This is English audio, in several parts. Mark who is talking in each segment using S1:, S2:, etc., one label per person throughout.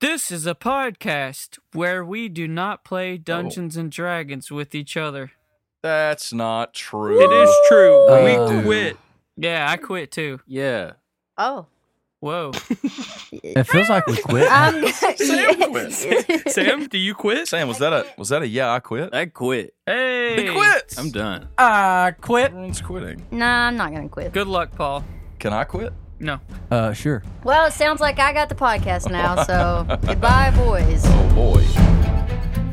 S1: This is a podcast where we do not
S2: Oh.
S1: play Dungeons and Dragons with each other.
S3: That's not true.
S2: It is true.
S3: Uh,
S2: we
S3: dude.
S2: quit.
S1: Yeah, I quit too.
S3: Yeah.
S4: Oh.
S1: Whoa.
S5: It feels like we quit.
S4: Um, yes.
S2: Sam, do you quit?
S3: Sam, was that a was that a yeah? I quit.
S6: I quit.
S1: Hey.
S3: They quit.
S6: I'm done.
S5: I quit.
S3: Everyone's quitting.
S4: Nah, I'm not gonna quit.
S1: Good luck, Paul.
S3: Can I quit?
S1: No.
S5: Uh, sure.
S4: Well, it sounds like I got the podcast now, so goodbye, boys.
S3: Oh boy.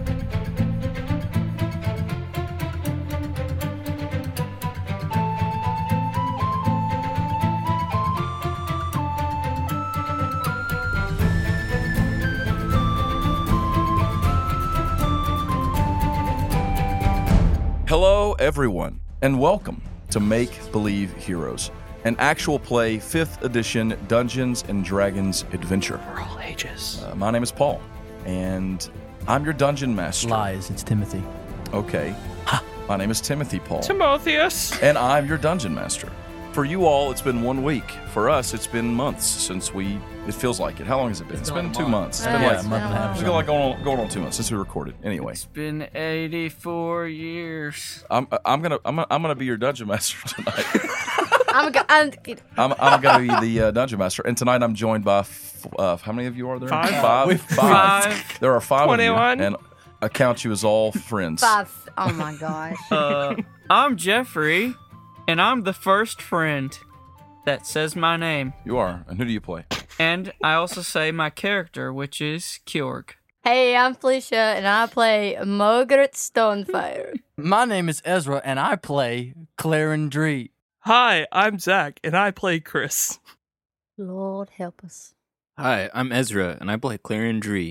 S3: Hello, everyone, and welcome to Make Believe Heroes, an actual play 5th edition Dungeons and Dragons adventure. Uh, my name is Paul, and I'm your dungeon master.
S5: Lies. It's Timothy.
S3: Okay. My name is Timothy Paul,
S2: Timotheus.
S3: and I'm your dungeon master. For you all, it's been one week. For us, it's been months since we. It feels like it. How long has it been? It's been,
S6: been
S3: two
S6: a month.
S3: months. It's been
S4: Yeah,
S3: like.
S5: a month and a half. or
S3: It's
S4: It's
S3: been like
S5: something.
S3: going on, going on two months since we recorded. Anyway,
S1: It's been 84 years.
S3: I'm I'm gonna I'm gonna, I'm gonna be your dungeon master tonight.
S4: I'm, go- I'm
S3: I'm, I'm gonna be the uh, dungeon master, and tonight I'm joined by f- uh, how many of you are there?
S2: Five.
S3: Five. Five.
S1: Five.
S3: There are five. of you,
S2: 21.
S3: and I count you as all friends.
S4: five. Oh my gosh.
S1: Uh, I'm Jeffrey, and I'm the first friend that says my name.
S3: You are. And who do you play?
S1: And I also say my character, which is Kjorg.
S4: Hey, I'm Felicia, and I play Margaret Stonefire.
S5: My name is Ezra, and I play Clarendree.
S2: Hi, I'm Zach, and I play Chris.
S4: Lord help us.
S6: Hi, I'm Ezra, and I play Claren Dree.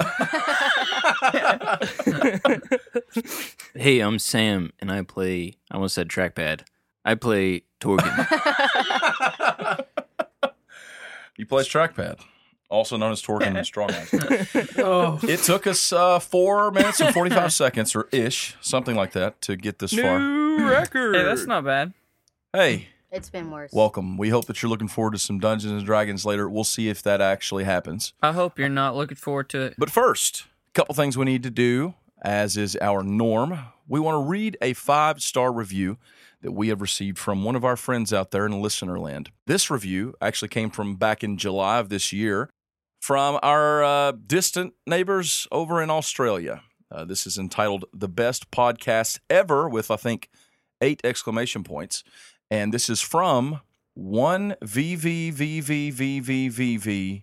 S6: hey, I'm Sam, and I play. I almost said trackpad. I play Torgan.
S3: He plays trackpad, also known as Torkin and Strongman.
S5: Oh.
S3: It took us uh, four minutes and 45 seconds or ish, something like that, to get this far.
S2: New record.
S1: Hey, that's not bad.
S3: Hey,
S4: It's been worse.
S3: welcome. We hope that you're looking forward to some Dungeons and Dragons later. We'll see if that actually happens.
S1: I hope you're not looking forward to it.
S3: But first, a couple things we need to do, as is our norm. We want to read a five star review that we have received from one of our friends out there in listener land. This review actually came from back in July of this year from our uh, distant neighbors over in Australia. Uh, this is entitled The Best Podcast Ever, with I think eight exclamation points. And this is from one VVVVVVVV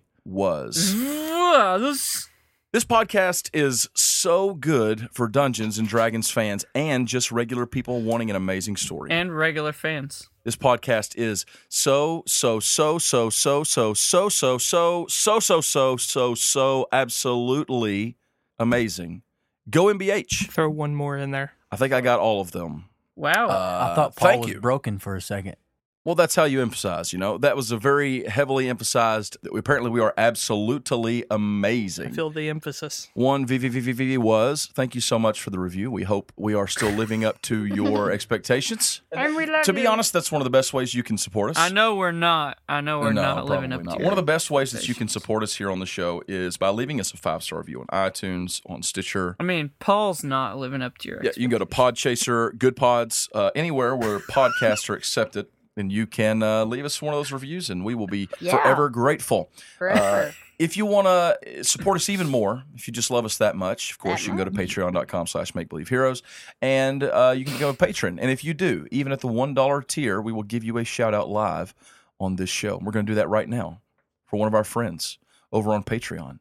S1: Mm-hmm.
S3: was.
S1: Was.
S3: This podcast is so good for Dungeons and Dragons fans and just regular people wanting an amazing story.
S1: And regular fans.
S3: this podcast is so so so so so so so so so so so so so so absolutely amazing. Go MBH.
S2: Throw one more in there.
S3: I think I got all of them.
S1: Wow.
S3: Uh,
S5: I thought Paul
S3: thank
S5: was
S3: you.
S5: broken for a second.
S3: Well, that's how you emphasize, you know. That was a very heavily emphasized that we, apparently we are absolutely amazing.
S2: I feel the emphasis.
S3: One VVVVV was. Thank you so much for the review. We hope we are still living up to your expectations.
S1: and we love
S3: To be honest, that's one of the best ways you can support us.
S1: I know we're not. I know we're
S3: No,
S1: not living
S3: probably
S1: up
S3: not.
S1: to
S3: One of the
S1: it.
S3: best ways that you can support us here on the show is by leaving us a five star review on iTunes, on Stitcher.
S1: I mean, Paul's not living up to your.
S3: Yeah, you can go to Podchaser, Good Pods, uh, anywhere where podcasts are accepted, and you can uh, leave us one of those reviews, and we will be
S4: Yeah.
S3: forever grateful.
S4: Forever.
S3: if you want to support us even more if you just love us that much of course
S4: That
S3: you can go to patreon.com slash make believe heroes and uh, you can become a patron and if you do even at the $1 tier we will give you a shout out live on this show we're going to do that right now for one of our friends over on patreon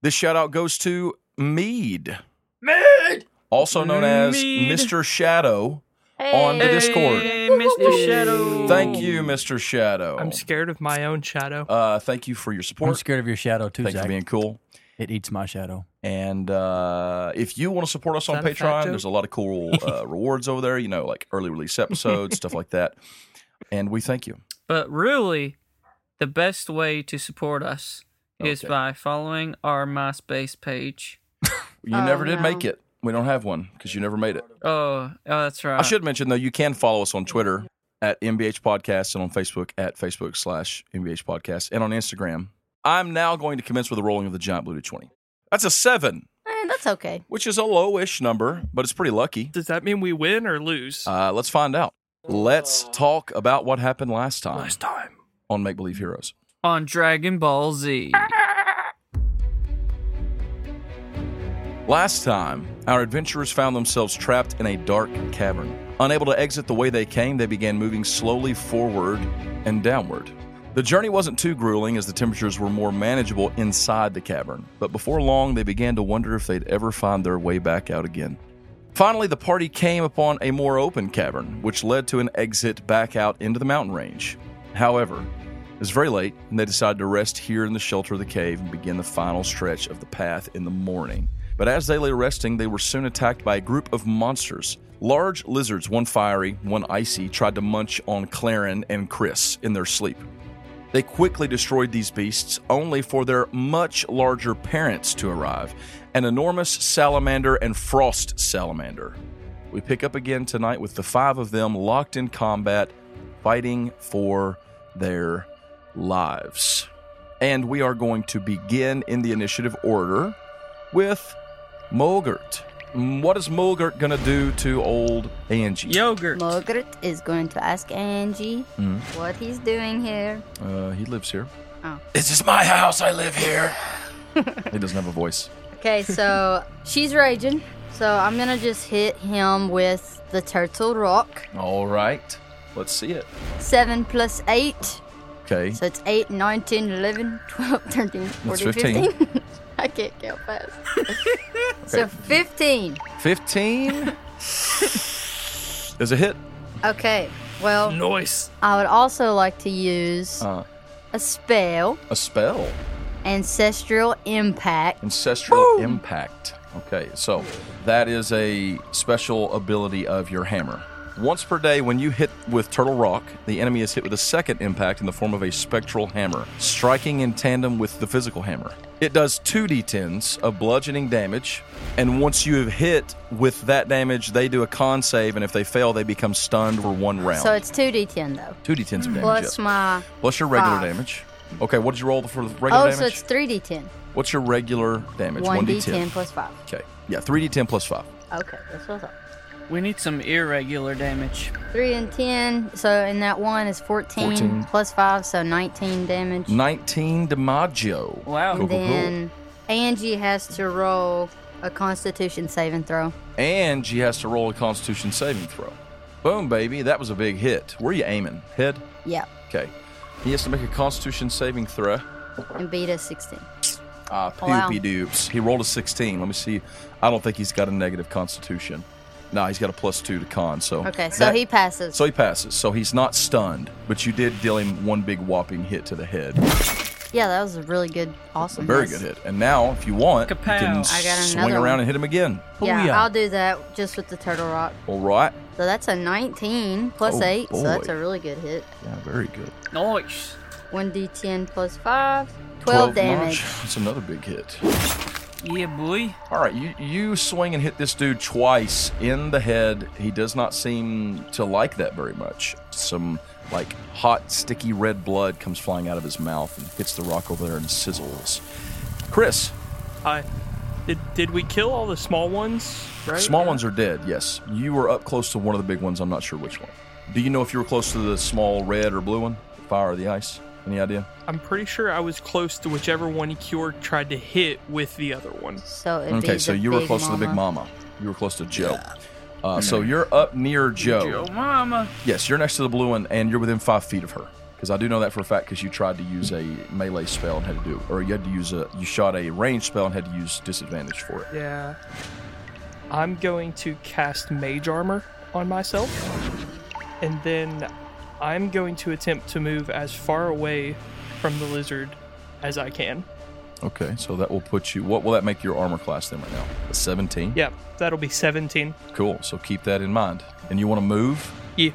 S3: this shout out goes to mead mead also known as
S1: Mead.
S3: mr shadow on the
S4: Hey.
S3: Discord.
S1: Hey, Mr. Shadow.
S3: thank you mr shadow
S2: I'm scared of my own shadow.
S3: uh, thank you for your
S5: I'm
S3: support
S5: scared of your shadow too,
S3: thank you
S5: Zach.
S3: for being cool
S5: It eats my shadow.
S3: And uh, if you want to support us on
S2: that a fat
S3: Patreon,
S2: joke?
S3: there's a lot of cool uh, rewards over there, you know, like early release episodes, stuff like that. And we thank you.
S1: But really, the best way to support us is
S3: Okay.
S1: by following our MySpace page.
S3: You
S4: Oh,
S3: never did
S4: no.
S3: make it. We don't have one because you never made it.
S1: Oh, oh, that's right.
S3: I should mention, though, you can follow us on Twitter at MBH Podcast and on Facebook at Facebook slash MBH Podcast and on Instagram. I'm now going to commence with the rolling of the giant blue to 20. That's a seven,
S4: Eh, that's okay.
S3: which is a lowish number, but it's pretty lucky.
S2: Does that mean we win or lose?
S3: Uh, let's find out. Let's talk about what happened last time
S2: time.
S3: on Make Believe Heroes.
S1: on Dragon Ball Z.
S3: Last time, our adventurers found themselves trapped in a dark cavern. Unable to exit the way they came, they began moving slowly forward and downward. The journey wasn't too grueling as the temperatures were more manageable inside the cavern, but before long they began to wonder if they'd ever find their way back out again. Finally, the party came upon a more open cavern, which led to an exit back out into the mountain range. However, it was very late, and they decided to rest here in the shelter of the cave and begin the final stretch of the path in the morning. But as they lay resting, they were soon attacked by a group of monsters. Large lizards, one fiery, one icy, tried to munch on Clarin and Chris in their sleep. They quickly destroyed these beasts, only for their much larger parents to arrive an enormous salamander and frost salamander. We pick up again tonight with the five of them locked in combat, fighting for their lives. And we are going to begin in the initiative order with Mulgert. Mm, What is Mulgert going to do to old Angie?
S2: Yogurt.
S4: Margaret is going to ask Angie
S3: Mhm.
S4: what he's doing here.
S3: Uh, he lives here.
S4: Oh.
S3: This is my house. I live here. he doesn't have a voice.
S4: Okay, so she's raging. So I'm gonna just hit him with the turtle rock.
S3: All right. Let's see it.
S4: Seven plus eight.
S3: Okay.
S4: So it's 8, 9, 10, 11, 12, 13, 14,
S3: 15.
S4: 15. I can't count fast. So 15.
S3: 15 is a hit.
S4: Okay, well,
S2: Noise.
S4: I would also like to use
S3: Uh,
S4: a spell,
S3: a spell.
S4: Ancestral Impact.
S3: Ancestral Impact. Okay, so that is a special ability of your hammer. Once per day, when you hit with Turtle Rock, the enemy is hit with a second impact in the form of a spectral hammer, striking in tandem with the physical hammer. It does 2d10s of bludgeoning damage, and once you have hit with that damage, they do a con save, and if they fail, they become stunned for one round.
S4: So it's 2d10 though.
S3: 2d10s of damage. yes.
S4: Plus my.
S3: Plus your regular
S4: Five.
S3: damage. Okay, what did you roll for the regular
S4: Oh,
S3: damage?
S4: so it's 3d10.
S3: What's your regular damage?
S4: 1d10 plus 5.
S3: Okay. Yeah, 3d10 plus 5.
S4: Okay, that's what's up.
S1: We need some irregular damage.
S4: 3 and 10. So in that one is 14,
S3: 14.
S4: plus 5, so 19 damage.
S3: 19 DiMaggio.
S1: Wow.
S3: Cool,
S4: And
S3: cool, cool.
S4: then Angie has to roll a Constitution saving throw.
S3: And she has to roll a constitution saving throw. Boom, baby. That was a big hit. Where are you aiming? Head?
S4: Yeah,
S3: Okay. He has to make a constitution saving throw.
S4: and beat a 16.
S3: Ah,
S4: Oh, Wow.
S3: poopy doops. He rolled a 16. Let me see. I don't think he's got a negative constitution. No, he's got a plus two to con. So
S4: Okay, so
S3: that-
S4: he passes.
S3: So he passes. So he's not stunned, but you did deal him one big whopping hit to the head.
S4: yeah, that was a really good, awesome.
S3: Very
S4: miss.
S3: good hit. And now, if you want, you
S1: Kapow.
S3: can
S4: I got
S3: swing
S4: another
S3: around
S4: one.
S3: and hit him again.
S4: Yeah,
S5: Booyah.
S4: I'll do that just with the turtle rock.
S3: All right.
S4: So that's a 19 plus
S3: Oh,
S4: 8, so that's
S3: boy.
S4: a really good hit.
S3: Yeah, very good.
S1: Nice.
S4: 1d10 plus 5, 12,
S3: damage.
S4: damage.
S3: That's another big hit.
S1: Yeah, boy.
S3: All right, you, you swing and hit this dude twice in the head. He does not seem to like that very much. Some like hot, sticky red blood comes flying out of his mouth and hits the rock over there and sizzles. Chris,
S2: Hi. Did, did we kill all the small ones? Right?
S3: Small ones are dead, yes. You were up close to one of the big ones. I'm not sure which one. Do you know if you were close to the small red or blue one? Fire or the ice? Any idea?
S2: I'm pretty sure I was close to whichever one Cure tried to hit with the other one.
S4: So it'd be
S3: Okay, so
S4: the
S3: you were
S4: big
S3: close to the big mama. You were close to Joe. Uh, so you're up near Joe.
S1: Yo, mama.
S3: Yes, you're next to the blue one, and you're within five feet of her. Because I do know that for a fact, because you tried to use a melee spell and had to do, or you had to use a, you shot a range spell and had to use disadvantage for it.
S2: Yeah. I'm going to cast Mage Armor on myself. And then I'm going to attempt to move as far away from the lizard as I can.
S3: Okay, so that will put you. What will that make your armor class then right now? A 17.
S2: Yeah, that'll be 17.
S3: Cool. So keep that in mind. And you want to move?
S2: Yeah.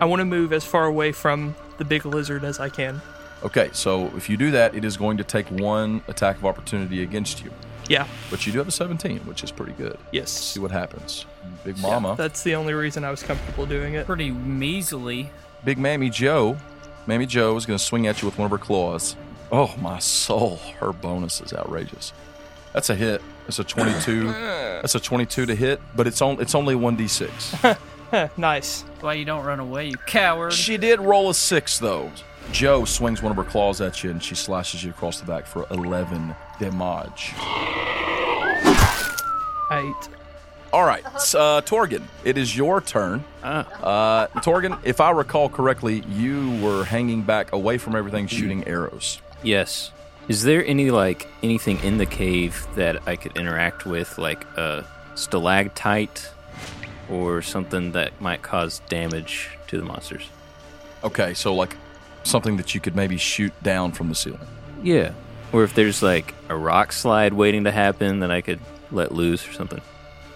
S2: I want to move as far away from the big lizard as I can.
S3: Okay, so if you do that, it is going to take one attack of opportunity against you.
S2: Yeah.
S3: But you do have a 17, which is pretty good.
S2: Yes.
S3: See what happens. Big Mama,
S2: That's the only reason I was comfortable doing it.
S1: Pretty measly.
S3: Big Mammy Joe, Mammy Joe is going to swing at you with one of her claws. Oh, my soul. Her bonus is outrageous. That's a hit. That's a 22. that's a 22 to hit, but it's on, it's only 1d6.
S2: Heh, nice.
S1: That's why you don't run away, you coward.
S3: she did roll a 6 though. Joe swings one of her claws at you and she slashes you across the back for 11 damage.
S2: Eight.
S3: All right, s- uh, Torgan, it is your turn. Uh, Torgan, if I recall correctly, you were hanging back away from everything, shooting arrows.
S6: Yes. Is there any like anything in the cave that I could interact with, like a stalactite or something that might cause damage to the monsters?
S3: Okay, so like something that you could maybe shoot down from the ceiling.
S6: Yeah. Or if there's like a rock slide waiting to happen that I could let loose or something.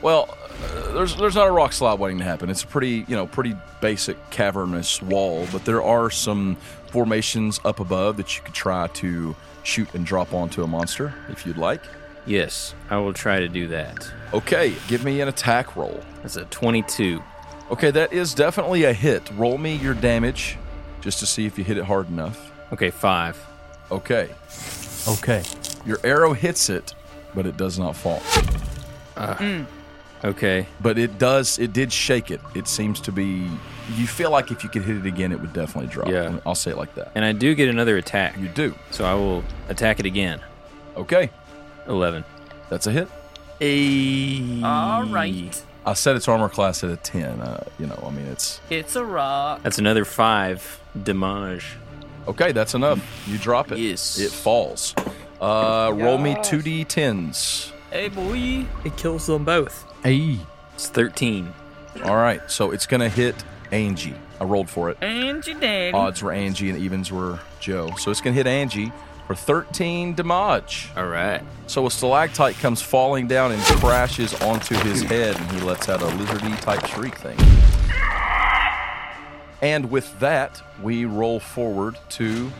S3: Well, uh, there's there's not a rock slide waiting to happen. It's a pretty you know pretty basic cavernous wall, but there are some formations up above that you could try to shoot and drop onto a monster if you'd like.
S6: Yes, I will try to do that.
S3: Okay, give me an attack roll.
S6: That's a 22.
S3: Okay, that is definitely a hit. Roll me your damage just to see if you hit it hard enough.
S6: Okay, five.
S3: Okay,
S5: Okay.
S3: your arrow hits it, but it does not fall.
S6: Okay.
S3: But it does, it did shake it. It seems to be, you feel like if you could hit it again, it would definitely drop.
S6: Yeah.
S3: I'll say it like that.
S6: And I do get another attack.
S3: You do.
S6: So I will attack it again.
S3: Okay,
S6: 11.
S3: that's a hit.
S1: All right,
S3: I set its armor class at a 10. Uh, you know, I mean, it's
S1: it's a rock.
S6: That's another five damage.
S3: okay, that's enough. You drop it.
S6: Yes.
S3: It falls. Uh, roll me 2d10s.
S1: Hey, boy.
S2: It kills them both.
S5: Hey.
S6: It's 13.
S3: All right, so it's going to hit Angie. I rolled for it.
S1: And your daddy.
S3: Odds were Angie and evens were Joe. So it's going to hit Angie for 13 damage.
S6: All right.
S3: So a stalactite comes falling down and crashes onto his head, and he lets out a lizardy type shriek thing. And with that, we roll forward to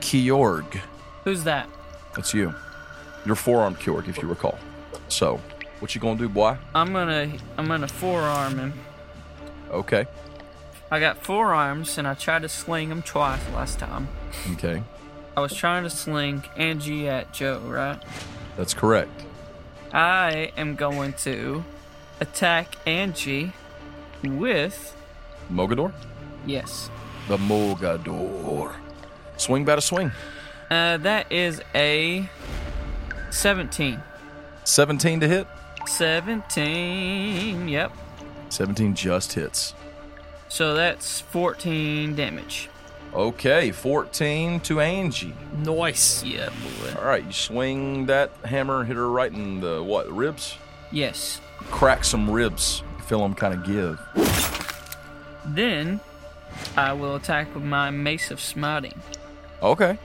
S3: Kiorg.
S1: Who's that?
S3: That's you. Your forearm Kiorg, if you recall. So, what you gonna do, boy?
S1: I'm gonna, I'm gonna forearm him.
S3: Okay.
S1: I got four arms, and I tried to sling him twice last time.
S3: Okay.
S1: I was trying to sling Angie at Joe, right?
S3: That's correct.
S1: I am going to attack Angie with
S3: Mogador?
S1: yes.
S3: The Mogador. Swing, bat, a swing.
S1: Uh, that is a 17.
S3: 17 to hit.
S1: 17. Yep.
S3: 17 just hits.
S1: So that's 14 damage.
S3: Okay, 14 to Angie.
S2: Nice.
S1: Yeah, boy.
S3: All right, you swing that hammer, hit her right in the what, ribs?
S1: Yes.
S3: Crack some ribs, feel them kind of give.
S1: Then I will attack with my Mace of Smiting.
S3: Okay,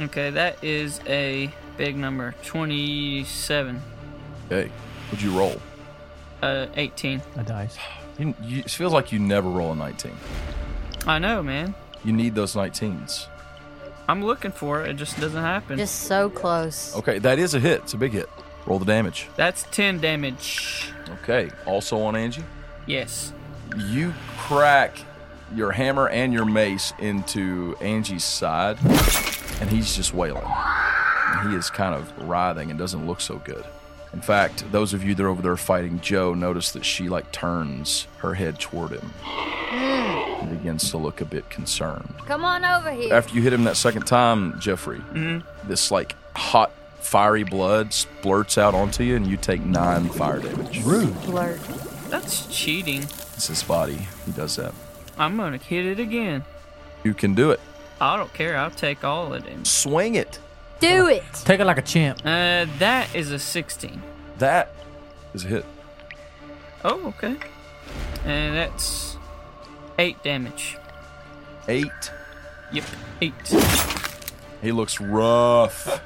S1: Okay, that is a big number 27.
S3: hey, would you roll?
S1: Uh, 18.
S5: A dice.
S3: You, you, it feels like you never roll a 19.
S1: I know, man.
S3: You need those 19s.
S1: I'm looking for it. It just doesn't happen.
S4: Just so close.
S3: Okay, that is a hit. It's a big hit. Roll the damage.
S1: That's 10 damage.
S3: Okay, also on Angie.
S1: Yes.
S3: You crack your hammer and your mace into Angie's side, and he's just wailing. And he is kind of writhing and doesn't look so good. In fact, those of you that are over there fighting Joe notice that she like turns her head toward him and begins to look a bit concerned.
S4: Come on over here.
S3: After you hit him that second time, Jeffrey, this like hot, fiery blood splurts out onto you, and you take nine fire damage.
S5: Rude.
S4: Flirt.
S1: That's cheating.
S3: It's his body. He does that.
S1: I'm gonna hit it again.
S3: You can do it.
S1: I don't care. I'll take all of them.
S3: Swing it.
S4: Do it.
S5: Take it like a champ.
S1: Uh, that is a 16.
S3: That is a hit.
S1: Oh, okay. And that's eight damage.
S3: Eight.
S1: Yep, eight.
S3: He looks rough.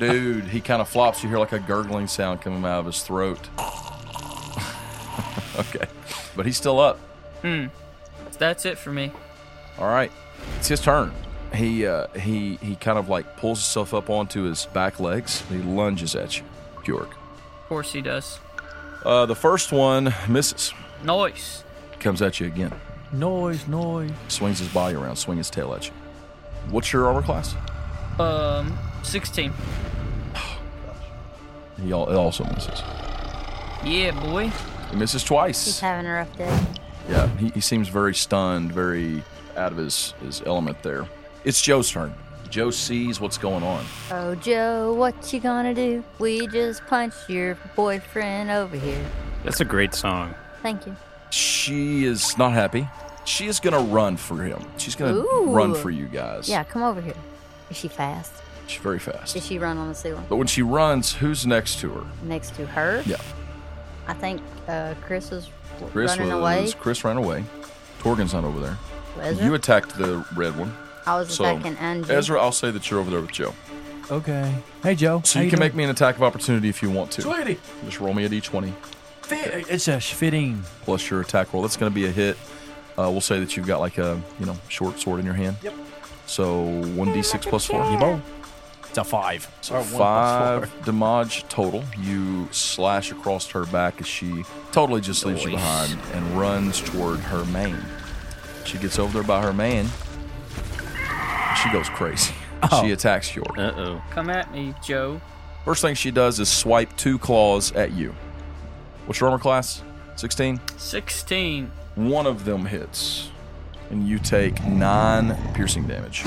S3: Dude, he kind of flops. You hear like a gurgling sound coming out of his throat. okay. But he's still up.
S1: That's it for me.
S3: All right. It's his turn. He uh, he he kind of like pulls himself up onto his back legs. And he lunges at you, Bjork.
S1: Of course he does.
S3: Uh, the first one misses.
S1: Noise.
S3: Comes at you again.
S5: Noise, noise.
S3: Swings his body around. Swing his tail at you. What's your armor class?
S1: Um, 16.
S3: He al- it also misses.
S1: Yeah, boy.
S3: He misses
S4: He's
S3: twice.
S4: having a rough day.
S3: Yeah, he, he seems very stunned, very out of his, his element there. It's Joe's turn. Joe sees what's going on.
S4: Oh, Joe, what you gonna do? We just punched your boyfriend over here.
S6: That's a great song.
S4: Thank you.
S3: She is not happy. She is going to run for him. She's going to
S4: Ooh.
S3: run for you guys.
S4: Yeah, come over here. Is she fast?
S3: She's very fast.
S4: Did she run on the ceiling?
S3: But when she runs, who's next to her?
S4: Next to her?
S3: Yeah.
S4: I think uh, Chris was w-
S3: Chris
S4: running
S3: was.
S4: away.
S3: Chris ran away. Torgen's not over there.
S4: Ezra?
S3: You attacked the red one.
S4: I was
S3: So,
S4: attacking Andrew.
S3: Ezra, I'll say that you're over there with Joe.
S5: Okay. Hey, Joe.
S3: So
S5: how
S3: you can
S5: doing?
S3: make me an attack of opportunity if you want to.
S5: Sweetie.
S3: Just roll me a d20
S5: Fit- It's a sh- fitting.
S3: plus your attack roll. That's going to be a hit. Uh, we'll say that you've got like a you know short sword in your hand. Yep. So one d6 plus four. You both.
S5: It's a five.
S3: So five damage total. You slash across her back as she totally just leaves you behind and runs toward her man. She gets over there by her man. She goes crazy. She attacks York.
S6: Uh oh.
S1: Come at me, Joe.
S3: First thing she does is swipe two claws at you. What's your armor class? 16?
S1: 16.
S3: One of them hits, and you take nine piercing damage.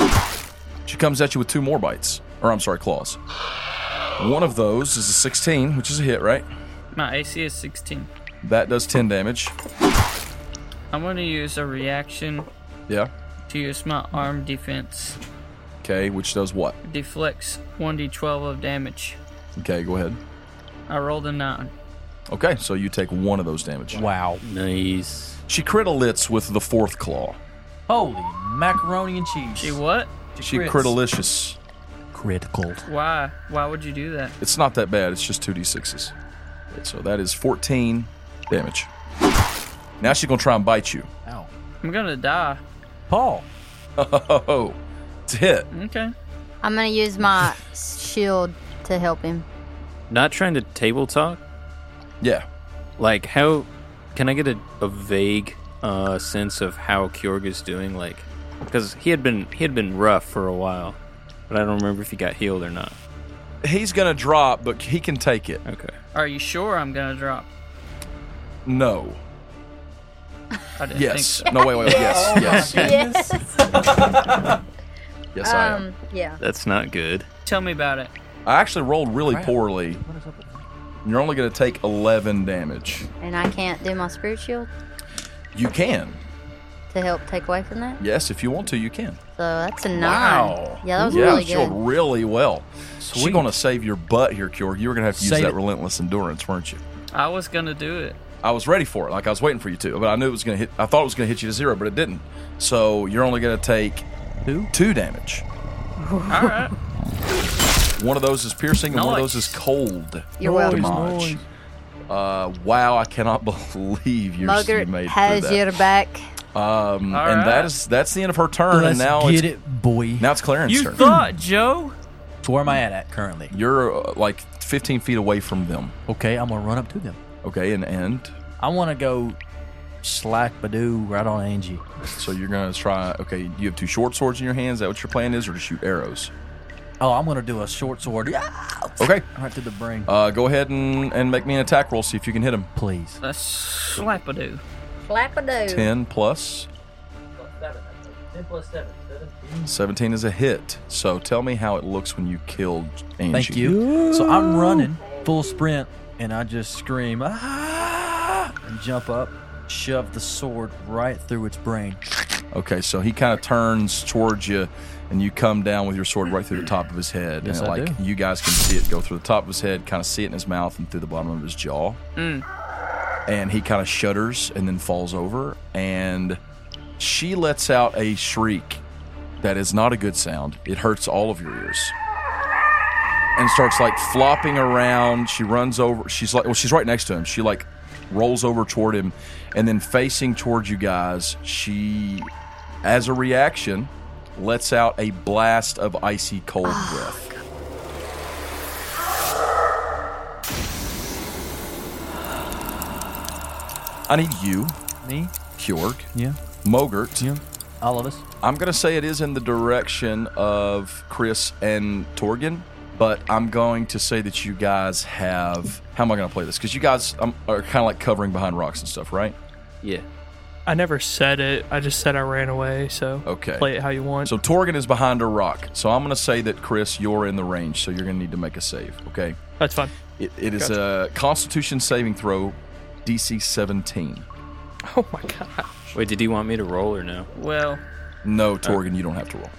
S3: She comes at you with two more bites, or I'm sorry, claws. One of those is a 16, which is a hit, right?
S1: My AC is 16.
S3: That does 10 damage.
S1: I'm going to use a reaction
S3: Yeah.
S1: to use my arm defense.
S3: Okay, which does what?
S1: Deflects 1d12 of damage.
S3: Okay, go ahead.
S1: I rolled a 9.
S3: Okay, so you take one of those damage.
S5: Wow.
S6: Nice.
S3: She crit critilates with the fourth claw.
S5: Holy macaroni and cheese.
S1: Gee, what?
S3: She
S5: crits.
S3: critilicious.
S5: Critical.
S1: Why? Why would you do that?
S3: It's not that bad. It's just 2d6s. So that is 14 damage. Now she's going to try and bite you.
S5: Ow.
S1: I'm going to die.
S5: Paul.
S3: Oh, it's a hit.
S1: Okay.
S4: I'm gonna use my shield to help him.
S6: Not trying to table talk.
S3: Yeah.
S6: Like how can I get a, a vague uh, sense of how Kyorg is doing? Like because he had been he had been rough for a while, but I don't remember if he got healed or not.
S3: He's going to drop, but he can take it.
S6: Okay.
S1: Are you sure I'm going to drop?
S3: No.
S1: I didn't think
S3: Yes.
S1: so.
S3: No, wait, wait, wait. Yes. Yes.
S4: Yes.
S3: Yes, I am.
S4: um. Yeah.
S6: That's not good.
S1: Tell me about it.
S3: I actually rolled really poorly. You're only going to take 11 damage.
S4: And I can't do my spirit shield
S3: You can.
S4: to help take away from that.
S3: Yes, if you want to, you can.
S4: So that's a nine.
S3: Wow.
S4: Yeah, that was
S3: yeah,
S4: really
S3: she
S4: good.
S3: rolled really well. She's
S5: Sweet.
S3: going to save your butt here, Cure. You were going to have to use
S5: Save
S3: that
S5: it.
S3: relentless endurance, weren't you?
S1: I was going to do it.
S3: I was ready for it. Like I was waiting for you to, but I knew it was going to hit. I thought it was going to hit you to zero, but it didn't. So you're only going to take
S5: Who?
S3: two damage.
S1: All right.
S3: One of those is piercing, and one of those is
S1: Nice.
S3: cold.
S4: You're welcome.
S3: Damage. Uh, wow, I cannot believe you're, you
S4: Mogart
S3: made it
S4: has
S3: through
S4: your
S3: that.
S4: back.
S3: Um,
S1: All
S3: and that
S1: right.
S3: is that's the end of her turn. and
S5: Let's
S3: now
S5: get
S3: it's
S5: it, boy.
S3: now it's Clarence's
S1: You
S3: turn.
S1: thought, Joe?
S5: So where am I at, at currently?
S3: you're uh, like 15 feet away from them.
S5: Okay, I'm gonna run up to them.
S3: Okay, and and
S5: I want to go slack badoo right on Angie.
S3: So you're gonna try. Okay, you have two short swords in your hands. Is that what your plan is, or to shoot arrows?
S5: Oh, I'm gonna do a short sword. Yeah,
S3: Okay.
S5: right to the brain,
S3: Uh, go ahead and, and make me an attack roll. See if you can hit him.
S5: please.
S1: Let's slap a do.
S4: Flap a do.
S3: Ten plus. Seventeen is a hit. So tell me how it looks when you killed Angie.
S5: Thank you. So I'm running full sprint, and I just scream ah, and jump up, shove the sword right through its brain.
S3: Okay, so he kind of turns towards you, and you come down with your sword right through the top of his head,
S5: Yes,
S3: and it,
S5: I
S3: like
S5: do.
S3: you guys can see it go through the top of his head, kind of see it in his mouth and through the bottom of his jaw. And he kind of shudders and then falls over, and she lets out a shriek that is not a good sound. It hurts all of your ears. And starts like flopping around. She runs over. She's like, well, she's right next to him. She like rolls over toward him, and then facing toward you guys, she as a reaction, lets out a blast of icy cold breath. I need you,
S5: Me?
S3: Kjorg,
S5: Yeah.
S3: Mogert.
S5: Yeah. All of us.
S3: I'm going to say it is in the direction of Chris and Torgen, but I'm going to say that you guys have. How am I going to play this? Because you guys um, are kind of like covering behind rocks and stuff, right?
S6: Yeah.
S2: I never said it. I just said I ran away. So
S3: Okay.
S2: play it how you want.
S3: So Torgan is behind a rock. So I'm going to say that Chris, you're in the range, so you're going to need to make a save. Okay.
S2: That's fine.
S3: It, it is a Constitution saving throw, DC 17.
S2: Oh my god.
S6: Wait, did he want me to roll or no?
S1: Well,
S3: No, Torgan, you don't have to roll.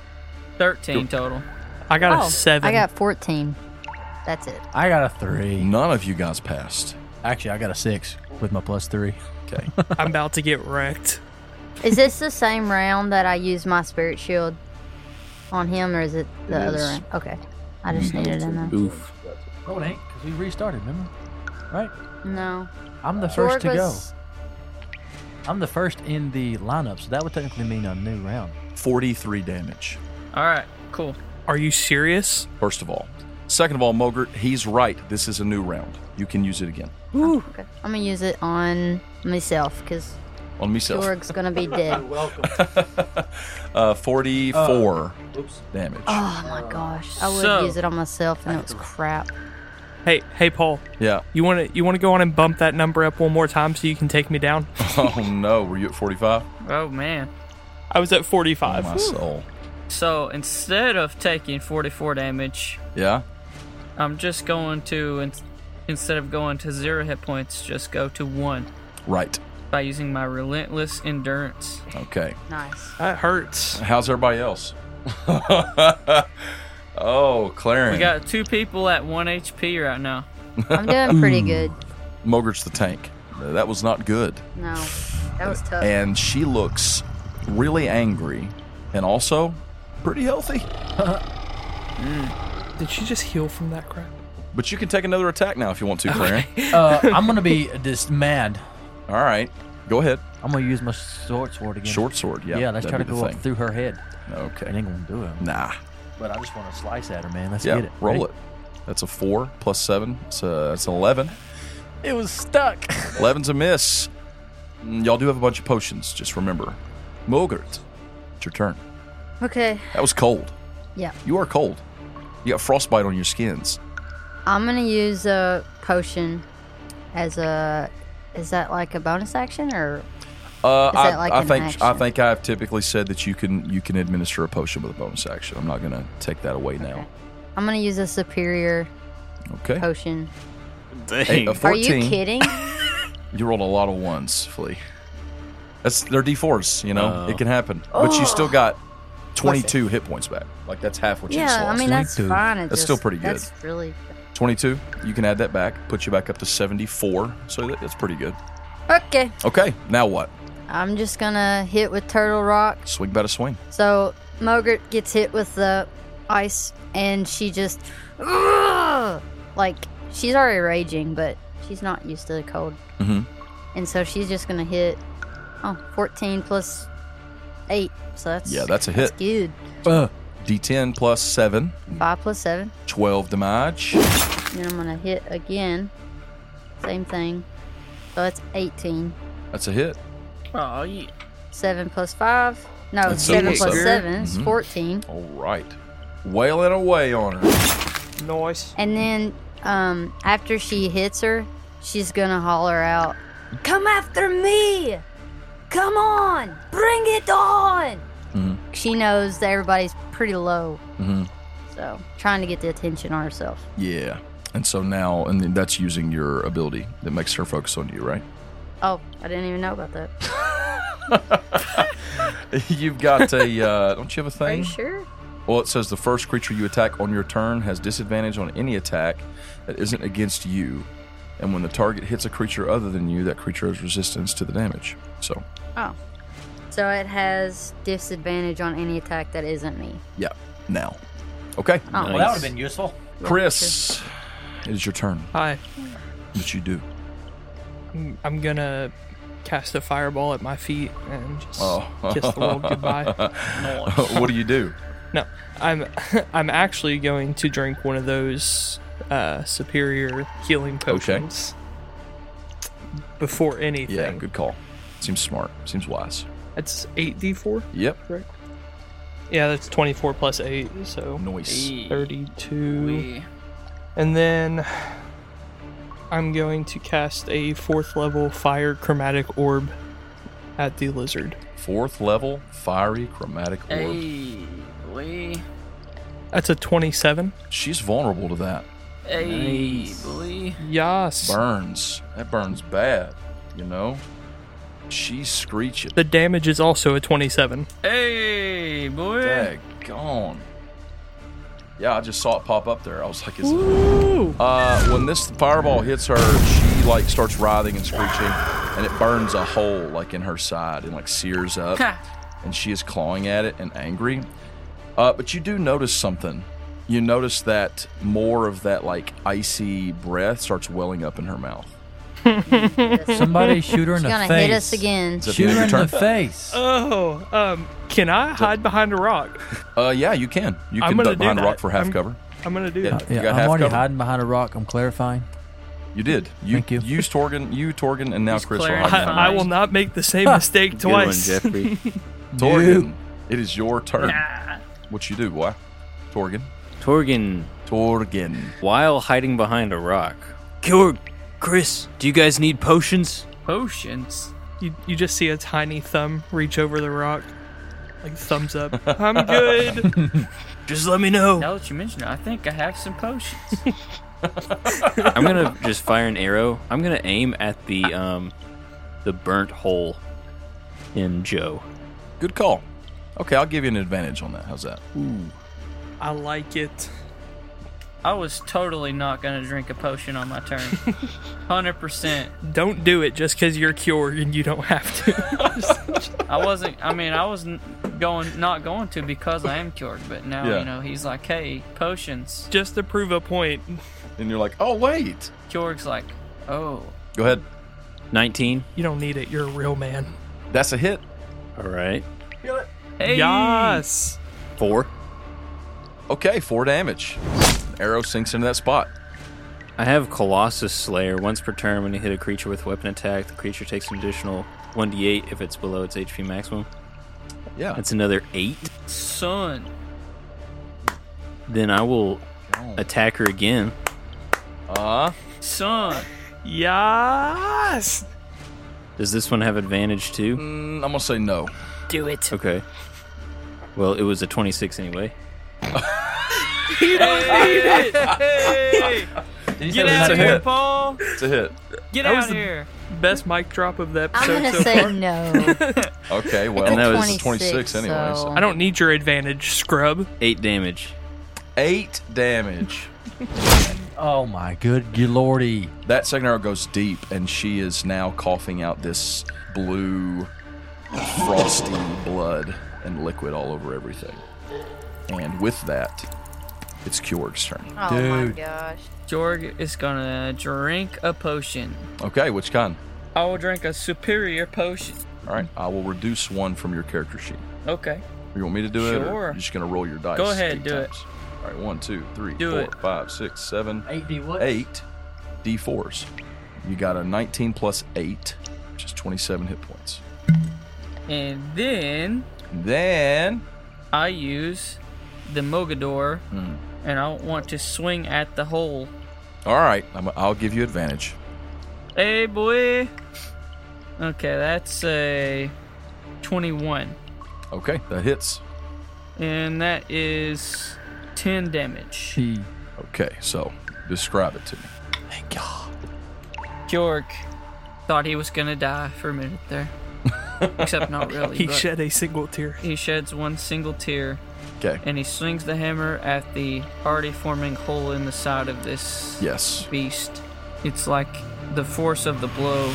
S1: 13 total.
S2: I got
S4: Oh,
S2: a seven.
S4: I got 14. That's it.
S5: I got a three.
S3: None of you guys passed.
S5: Actually, I got a six with my plus three.
S3: Okay.
S2: I'm about to get wrecked.
S4: Is this the same round that I used my spirit shield on him, or is it the
S3: It
S4: other
S3: is.
S4: round? Okay. I
S3: Mm-hmm.
S4: just needed to know.
S6: Oof.
S5: Oh, it ain't because we restarted. Remember? Right?
S4: No.
S5: I'm the first to
S4: Torg
S5: go.
S4: was-
S5: I'm the first in the lineup, so that would technically mean a new round.
S3: 43 damage.
S1: All right, cool.
S2: Are you serious?
S3: First of all. Second of all, Mogert, he's right. This is a new round. You can use it again
S4: Okay. I'm gonna use it on myself because
S3: on me self.
S4: Dorg's gonna be
S3: Oh,
S4: dead.
S3: Uh, 44
S1: Uh,
S3: damage.
S4: Oh my gosh. I would
S1: So-
S4: use it on myself, and it was crap.
S2: Hey, hey, Paul.
S3: Yeah.
S2: You want to you want to go on and bump that number up one more time so you can take me down?
S3: Oh no, were you at 45?
S1: Oh, man.
S2: I was at
S3: Oh
S2: 45.
S3: my soul.
S1: So instead of taking 44 damage,
S3: Yeah.
S1: I'm just going to, in- instead of going to zero hit points, just go to one
S3: Right.
S1: by using my relentless endurance.
S3: Okay.
S4: Nice.
S2: that hurts.
S3: How's everybody else? oh, Clarence.
S1: We got two people at one HP right now.
S4: I'm doing pretty
S3: Mm.
S4: good.
S3: Mogert's the tank. Uh, That was not good.
S4: No, that was tough.
S3: Uh, And she looks really angry and also pretty healthy.
S2: Did she just heal from that crap?
S3: But you can take another attack now if you want to, Clarence.
S5: Uh, I'm gonna be just mad.
S3: All right. Go ahead.
S5: I'm gonna use my short sword again.
S3: Short sword. Yeah.
S5: Yeah, let's try to
S3: that'd be
S5: go
S3: the
S5: up
S3: thing.
S5: through her head. It
S3: Okay.
S5: ain't gonna do it.
S3: Nah.
S5: But I just want to slice at her, man. Let's
S3: Yeah.
S5: get it.
S3: Roll it. That's a four plus seven. It's a, it's an 11.
S5: it. It was stuck.
S3: 11's a miss. Mm, Y'all do have a bunch of potions, just remember. Mogert, it's your turn.
S4: Okay.
S3: That was cold.
S4: Yeah.
S3: You are cold. You got frostbite on your skins.
S4: I'm gonna use a potion as a. Is that like a bonus action or?
S3: Uh,
S4: Is
S3: I,
S4: that like
S3: I
S4: an
S3: think I
S4: action?
S3: think I've typically said that you can you can administer a potion with a bonus action. I'm not going to take that away now.
S4: I'm gonna use a superior
S3: Okay.
S4: potion.
S3: Hey,
S6: Dang.
S3: a 14.
S4: Are you kidding?
S3: You rolled a lot of ones, Flea. That's they're d4s. You know
S6: Oh.
S3: it can happen, but you still got 22 hit points back. Like that's half what you just
S4: yeah, I
S3: lost.
S4: mean that's
S5: 22.
S4: fine. It
S3: That's
S4: just-
S3: still pretty good.
S4: That's really.
S3: 22. You can add that back, put you back up to 74. So that, that's pretty good.
S4: Okay.
S3: Okay, now what?
S4: I'm just gonna hit with turtle rock.
S3: Swing bat a swing.
S4: So Mogert gets hit with the ice, and she just "Ugh!" like she's already raging, but she's not used to the cold,
S3: Mhm.
S4: and so she's just gonna hit. Oh, 14 plus eight, so that's
S3: Yeah, that's a
S4: that's
S3: hit.
S4: good.
S5: Uh,
S3: D10 plus 7,
S4: Five plus seven.
S3: 12 damage.
S4: And then I'm gonna hit again. Same thing. So that's 18.
S3: That's a hit.
S1: Oh, yeah.
S4: Seven plus five. No,
S3: That's
S4: seven
S3: seven
S4: plus
S3: plus
S4: seven
S3: seven.
S4: is
S3: Mhm.
S4: 14.
S3: All right. Wailing away on her.
S2: Noise.
S4: And then um, after she hits her, she's gonna holler out, "Come after me! Come on, bring it on!"
S3: Mhm.
S4: She knows that everybody's pretty low,
S3: Mhm.
S4: so trying to get the attention on herself.
S3: Yeah. And so now, and then that's using your ability that makes her focus on you, right?
S4: Oh, I didn't even know about that.
S3: You've got a, uh, don't you have a
S4: Are
S3: thing?
S4: you sure?
S3: Well, it says the first creature you attack on your turn has disadvantage on any attack that isn't against you. And when the target hits a creature other than you, that creature has resistance to the damage. So,
S4: Oh, so it has disadvantage on any attack that isn't me.
S3: yeah, now. Okay.
S4: Oh,
S5: well, that would have been useful.
S3: Chris, it is your turn.
S2: Hi.
S3: What you do?
S2: I'm, I'm gonna cast a fireball at my feet and just
S3: Oh.
S2: kiss the world goodbye.
S3: what do you do?
S2: No, I'm I'm actually going to drink one of those uh, superior healing potions before anything.
S3: Yeah, good call. Seems smart. Seems wise.
S2: That's eight d four.
S3: Yep.
S2: Correct. Yeah, that's 24 plus 8, so
S3: Noise.
S2: 32. And then I'm going to cast a fourth level fire chromatic orb at the lizard.
S3: Fourth level, fiery chromatic orb.
S7: Hey, boy.
S2: That's a 27.
S3: She's vulnerable to that.
S7: Hey, boy.
S2: Yes.
S3: Burns. That burns bad. You know. She's screeching.
S2: The damage is also a 27.
S1: Hey, boy.
S3: Daggone. Yeah, I just saw it pop up there. I was like, is Uh, when this fireball hits her, she like starts writhing and screeching, and it burns a hole like in her side and like sears up, and she is clawing at it and angry. Uh, but you do notice something. You notice that more of that like icy breath starts welling up in her mouth.
S5: Somebody shoot her in
S4: She's
S5: the
S4: gonna
S5: face.
S4: hit us again.
S3: Is that the end
S5: Shoot
S3: of
S5: her in
S3: your
S5: the
S3: turn?
S5: face.
S2: Oh, um, can I hide behind a rock?
S3: Uh, yeah, you can. You
S2: I'm
S3: can
S2: gonna
S3: duck
S2: do
S3: behind a rock
S2: that.
S3: for half
S2: I'm-
S3: cover.
S2: I'm gonna do
S3: Yeah.
S2: that.
S3: You
S5: Yeah,
S3: got
S5: I'm
S3: half
S5: already
S3: cover?
S5: hiding behind a rock. I'm clarifying.
S3: You did. You,
S5: Thank you.
S3: Used Torgan. You Torgan, and now
S1: He's
S3: Chris. are
S1: clearing
S3: hiding
S1: the
S3: behind
S2: I, I
S3: you.
S2: will not make the same mistake
S6: Good one,
S2: twice.
S6: Jeffrey.
S3: Torgan, it is your turn. What you do, boy? Torgan.
S6: Torgan,
S3: Torgan.
S6: while hiding behind a rock. Georg, Chris, do you guys need potions?
S1: Potions.
S2: You, you just see a tiny thumb reach over the rock, like thumbs up. I'm good.
S6: Just let me know.
S1: Now that you mention it, I think I have some potions.
S6: I'm gonna just fire an arrow. I'm gonna aim at the um, the burnt hole in Joe.
S3: Good call. Okay, I'll give you an advantage on that. How's that?
S2: I like it.
S1: I was totally not gonna drink a potion on my turn. Hundred percent.
S2: Don't do it just because you're cured and you don't have to.
S1: I wasn't. I mean, I was not going not going to because I am cured. But now
S3: Yeah.
S1: you know he's like, hey, potions.
S2: just to prove a point.
S3: And you're like, oh wait.
S1: Kjorg's like, oh,
S3: Go ahead.
S6: 19.
S2: You don't need it. You're a real man.
S3: That's a hit.
S6: All right.
S1: hey,
S2: Yes.
S6: Four.
S3: Okay, four damage. Arrow sinks into that spot.
S6: I have Colossus Slayer. Once per turn, when you hit a creature with weapon attack, the creature takes an additional 1d8 if it's below its HP maximum.
S3: Yeah.
S6: That's another 8.
S1: son.
S6: Then I will attack her again.
S3: Uh,
S1: Son,
S2: Yes.
S6: Does this one have advantage too?
S3: mm, I'm gonna say no.
S7: Do it.
S6: Okay. Well, it was a 26 anyway.
S1: hey, get out
S3: a
S1: of here,
S3: hit.
S1: Paul!
S3: It's a hit.
S1: Get
S2: That was
S1: out
S2: the-
S1: here!
S2: Best mic drop of the
S4: I'm
S2: episode
S4: gonna
S2: so
S4: say
S2: far.
S4: no.
S3: Okay, well,
S6: And that
S3: this
S6: was-
S3: is 26 anyway. so-
S4: so-
S2: I don't need your advantage, scrub.
S6: 8 damage.
S3: Eight damage.
S5: Oh my good g- lordy.
S3: That second arrow goes deep, and she is now coughing out this blue, frosty blood and liquid all over everything. And with that, it's Kjorg's turn.
S4: Oh my
S5: Dude.
S4: gosh.
S1: Jorg is gonna drink a potion.
S3: Okay, which kind?
S1: I will drink a superior potion.
S3: All right, I will reduce one from your character sheet.
S1: Okay.
S3: You want me to do it? or
S1: Sure.
S3: You're just gonna roll your dice.
S1: Go ahead,
S3: eight
S1: do it.
S3: times? All right, one, two, three,
S1: Do
S3: four,
S1: it.
S3: five, six, seven,
S5: Eight D what?
S3: eight d4s. You got a 19 plus eight, which is 27 hit points.
S1: And then
S3: Then
S1: I use the Mogador,
S2: Hmm.
S1: and I want to swing at the hole.
S3: All right, I'm, I'll give you advantage.
S1: Hey, boy. Okay, that's a 21.
S3: Okay, that hits.
S1: And that is 10 damage.
S5: She
S3: Okay, so describe it to me.
S1: Jork thought he was going to die for a minute there. Except not really.
S2: He
S1: but
S2: shed a single tear.
S1: he sheds one single tear
S3: Okay.
S1: and he swings the hammer at the already forming hole in the side of this
S3: Yes.
S1: beast. It's like the force of the blow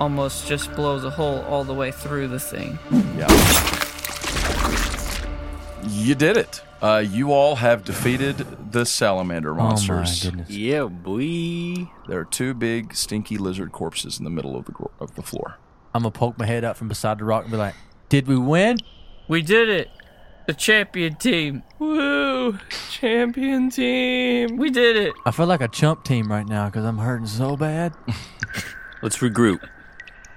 S1: almost just blows a hole all the way through the thing.
S3: Yeah. You did it. Uh, you all have defeated the salamander monsters.
S5: Oh my goodness.
S6: Yeah, boy.
S3: there are two big stinky lizard corpses in the middle of the gro- of the floor.
S5: I'm gonna poke my head up from beside the rock and be like, "Did we win?
S1: We did it! The champion team!
S2: Woo! Champion team.
S1: We did it!
S5: I feel like a chump team right now because I'm hurting so bad.
S6: Let's regroup.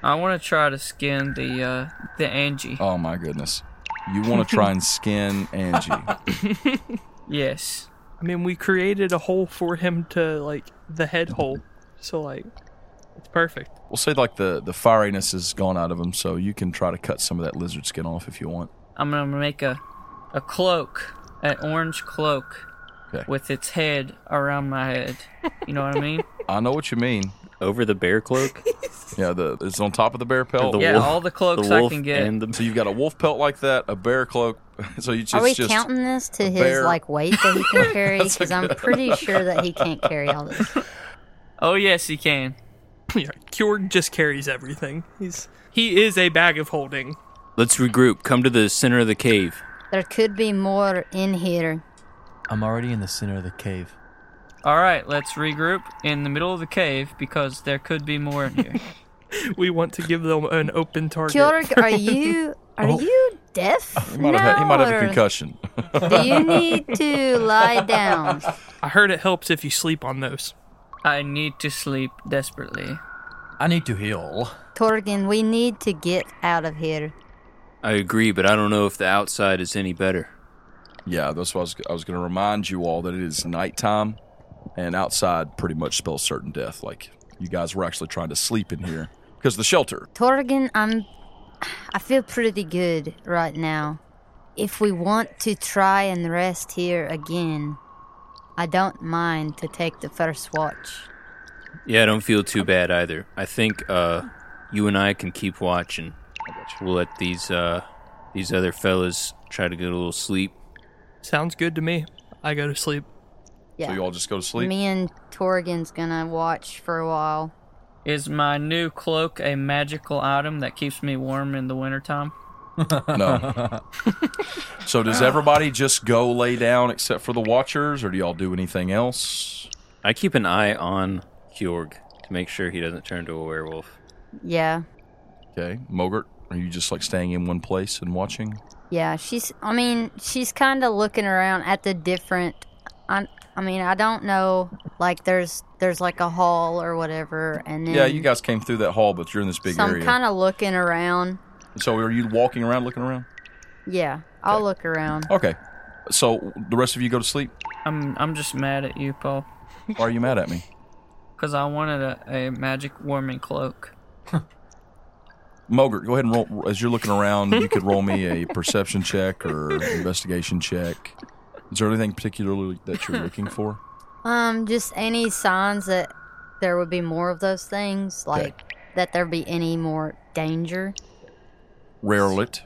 S1: I want to try to skin the uh, the Angie.
S3: Oh my goodness. You want to try and skin Angie.
S1: Yes.
S2: I mean, we created a hole for him to like the head hole, so like it's perfect.
S3: We'll say like the the fieriness has gone out of him, so you can try to cut some of that lizard skin off if you want.
S1: I'm gonna make a a cloak, an orange cloak,
S3: Okay.
S1: with its head around my head. You know what I mean?
S3: I know what you mean.
S6: Over the bear cloak?
S3: Yeah, the it's on top of the bear pelt.
S6: The
S1: yeah,
S6: wolf-
S1: all the
S6: the
S1: cloaks I
S6: wolf
S1: can get.
S6: and the
S3: so you've got a wolf pelt like that, a bear cloak. So you just
S4: Are we
S3: just
S4: counting this to his
S3: bear.
S4: like weight that he can carry? Because I'm pretty sure that he can't carry all this.
S1: oh yes, he can.
S2: yeah, Kjord just carries everything. He's he is a bag of holding.
S6: Let's regroup. Come to the center of the cave.
S4: There could be more in here.
S5: I'm already in the center of the cave.
S1: All right, let's regroup in the middle of the cave because there could be more in here.
S2: We want to give them an open target.
S4: Kjorg, are you are you deaf?
S3: Oh. he might, have, had- he might have
S4: now,
S3: a
S4: or
S3: concussion.
S4: Do you need to lie down?
S2: I heard it helps if you sleep on those.
S1: I need to sleep desperately.
S5: I need to heal.
S4: Torgin, we need to get out of here.
S6: I agree, but I don't know if the outside is any better.
S3: yeah, that's what I was, I was going to remind you all that it is nighttime, and outside pretty much spells certain death. Like you guys were actually trying to sleep in here because the shelter.
S4: Torgin, I'm I feel pretty good right now. If we want to try and rest here again, I don't mind to take the first watch.
S6: Yeah, I don't feel too bad either. I think uh, you and I can keep watching. We'll let these uh, these other fellas try to get a little sleep.
S2: Sounds good to me. I go to sleep.
S3: So
S4: Yeah.
S3: you all just go to sleep.
S4: Me and Torgin's gonna watch for a while.
S1: Is my new cloak a magical item that keeps me warm in the wintertime?
S3: No. so does everybody just go lay down except for the watchers, or do y'all do anything else?
S6: I keep an eye on Kjorg to make sure he doesn't turn to a werewolf.
S4: Yeah.
S3: Okay, Mogart, are you just like staying in one place and watching?
S4: Yeah, she's. I mean, she's kind of looking around at the different. I, I mean, I don't know. Like, there's there's like a hall or whatever, and then
S3: Yeah, you guys came through that hall, but you're in this big
S4: so
S3: area.
S4: I'm kind of looking around.
S3: so are you walking around, looking around?
S4: Yeah, I'll look around.
S3: Okay. So the rest of you go to sleep.
S1: I'm I'm just mad at you, Paul,
S3: Why are you mad at me?
S1: because I wanted a, a magic warming cloak.
S3: Mogart, go ahead and roll. As you're looking around, you could roll me a perception check or investigation check. Is there anything particularly that you're looking for?
S4: Um, just any signs that there would be more of those things,
S3: Okay.
S4: like that there be any more danger.
S3: Rarelit.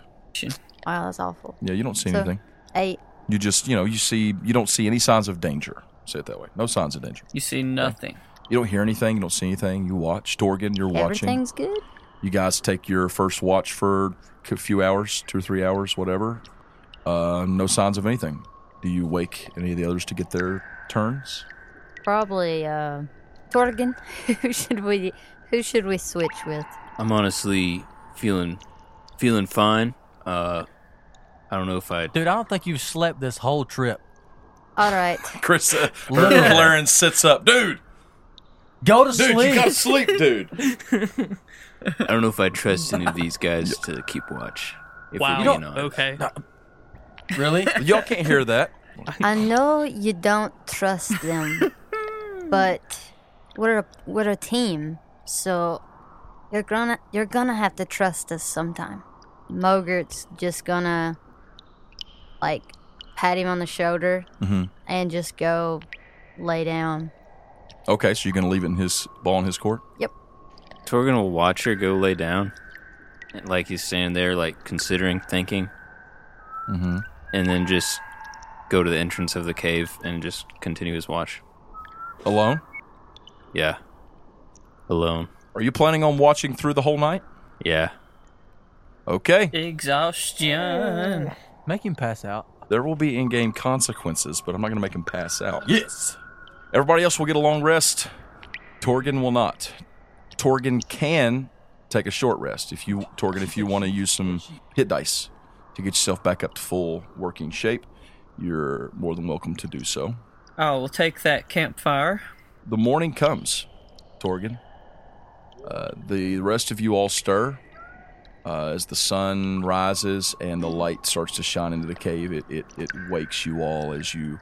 S4: Wow, that's awful.
S3: Yeah, you don't see
S4: So-
S3: anything.
S4: Eight.
S3: You just, you know, you see, you don't see any signs of danger. Say it that way. No signs of danger.
S1: You see nothing.
S3: You don't hear anything. You don't see anything. You watch. Torgan, you're watching.
S4: Everything's good.
S3: You guys take your first watch for a few hours, two or three hours, whatever. Uh, no signs of anything. Do you wake any of the others to get their turns?
S4: Probably. Uh, Torgin. who should we? Who should we switch with?
S6: I'm honestly feeling feeling fine. Uh, I don't know if I.
S5: Dude, I don't think you've slept this whole trip.
S4: All right.
S3: Chris, uh,
S5: Literally.
S3: Laren sits up. Dude,
S5: Go to
S3: dude,
S5: sleep.
S3: you got to sleep, dude.
S6: I don't know if I trust any of these guys to keep watch. If we're
S2: Wow.
S6: being honest.
S2: okay.
S5: really?
S3: Y'all can't hear that.
S4: I know you don't trust them, but we're a, we're a team, so you're gonna you're gonna have to trust us sometime. Mogert's just gonna like pat him on the shoulder
S3: Mhm.
S4: and just go lay down.
S3: Okay, so you're gonna leave it in his ball in his court.
S6: So we're gonna watch her go lay down, and, like he's standing there, like considering, thinking,
S3: Mhm.
S6: and then just go to the entrance of the cave and just continue his watch.
S3: Alone?
S6: Yeah, alone.
S3: Are you planning on watching through the whole night?
S6: Yeah,
S3: Okay.
S1: Exhaustion.
S5: Make him pass out.
S3: There will be in game consequences, but I'm not going to make him pass out.
S5: Yes.
S3: Everybody else will get a long rest. Torgan will not. Torgan can take a short rest if you Torgan if you want to use some hit dice to get yourself back up to full working shape. You're more than welcome to do so.
S1: Oh, we'll take that campfire.
S3: The morning comes, Torgan. Uh, the rest of you all stir. Uh, as the sun rises and the light starts to shine into the cave, it, it, it wakes you all as you.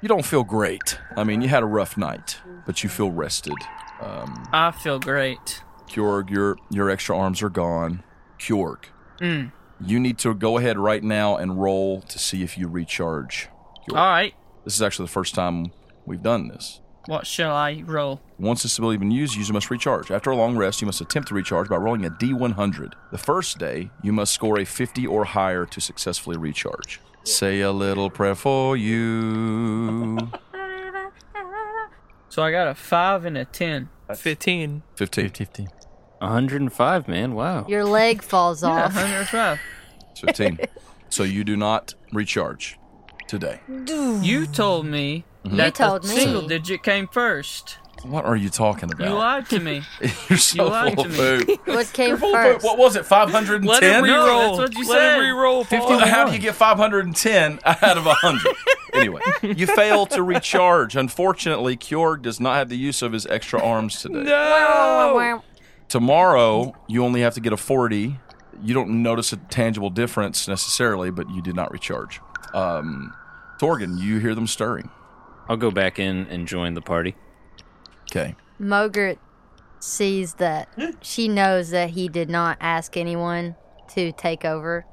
S3: You don't feel great. I mean, you had a rough night, but you feel rested. Um,
S1: I feel great.
S3: Kjorg, your your extra arms are gone. Kjorg, you need to go ahead right now and roll to see if you recharge. Kjorg.
S1: All right.
S3: This is actually the first time we've done this.
S1: What shall I roll?
S3: Once this ability has been used, the user must recharge. After a long rest, you must attempt to recharge by rolling a D100. The first day, you must score a 50 or higher to successfully recharge. Say a little prayer for you.
S1: So I got a five and a ten.
S2: 15.
S3: 15.
S5: 50.
S6: 105, man. Wow.
S4: Your leg falls
S1: Yeah,
S4: off.
S1: hundred five.
S3: 15. so you do not recharge today.
S1: You told me that
S4: told
S1: the
S4: me.
S1: single digit came first.
S3: What are you talking about?
S1: You lied to me.
S3: You're so
S1: you lied
S3: full
S1: to
S3: of
S1: me.
S3: poop.
S4: What came
S3: Full of poop.
S4: first?
S3: What was it? 510?
S2: Let it
S1: No,
S2: reroll.
S1: that's what you
S2: Let
S1: said.
S2: it reroll. Paul.
S3: Well, how do you get 510 out of 100? anyway, you fail to recharge. Unfortunately, Kjorg does not have the use of his extra arms today.
S2: No.
S3: Tomorrow, you only have to get a 40. You don't notice a tangible difference necessarily, but you did not recharge. Um, Torgan, you hear them stirring.
S6: I'll go back in and join the party.
S3: Okay.
S4: Mogert sees that. She knows that he did not ask anyone to take over.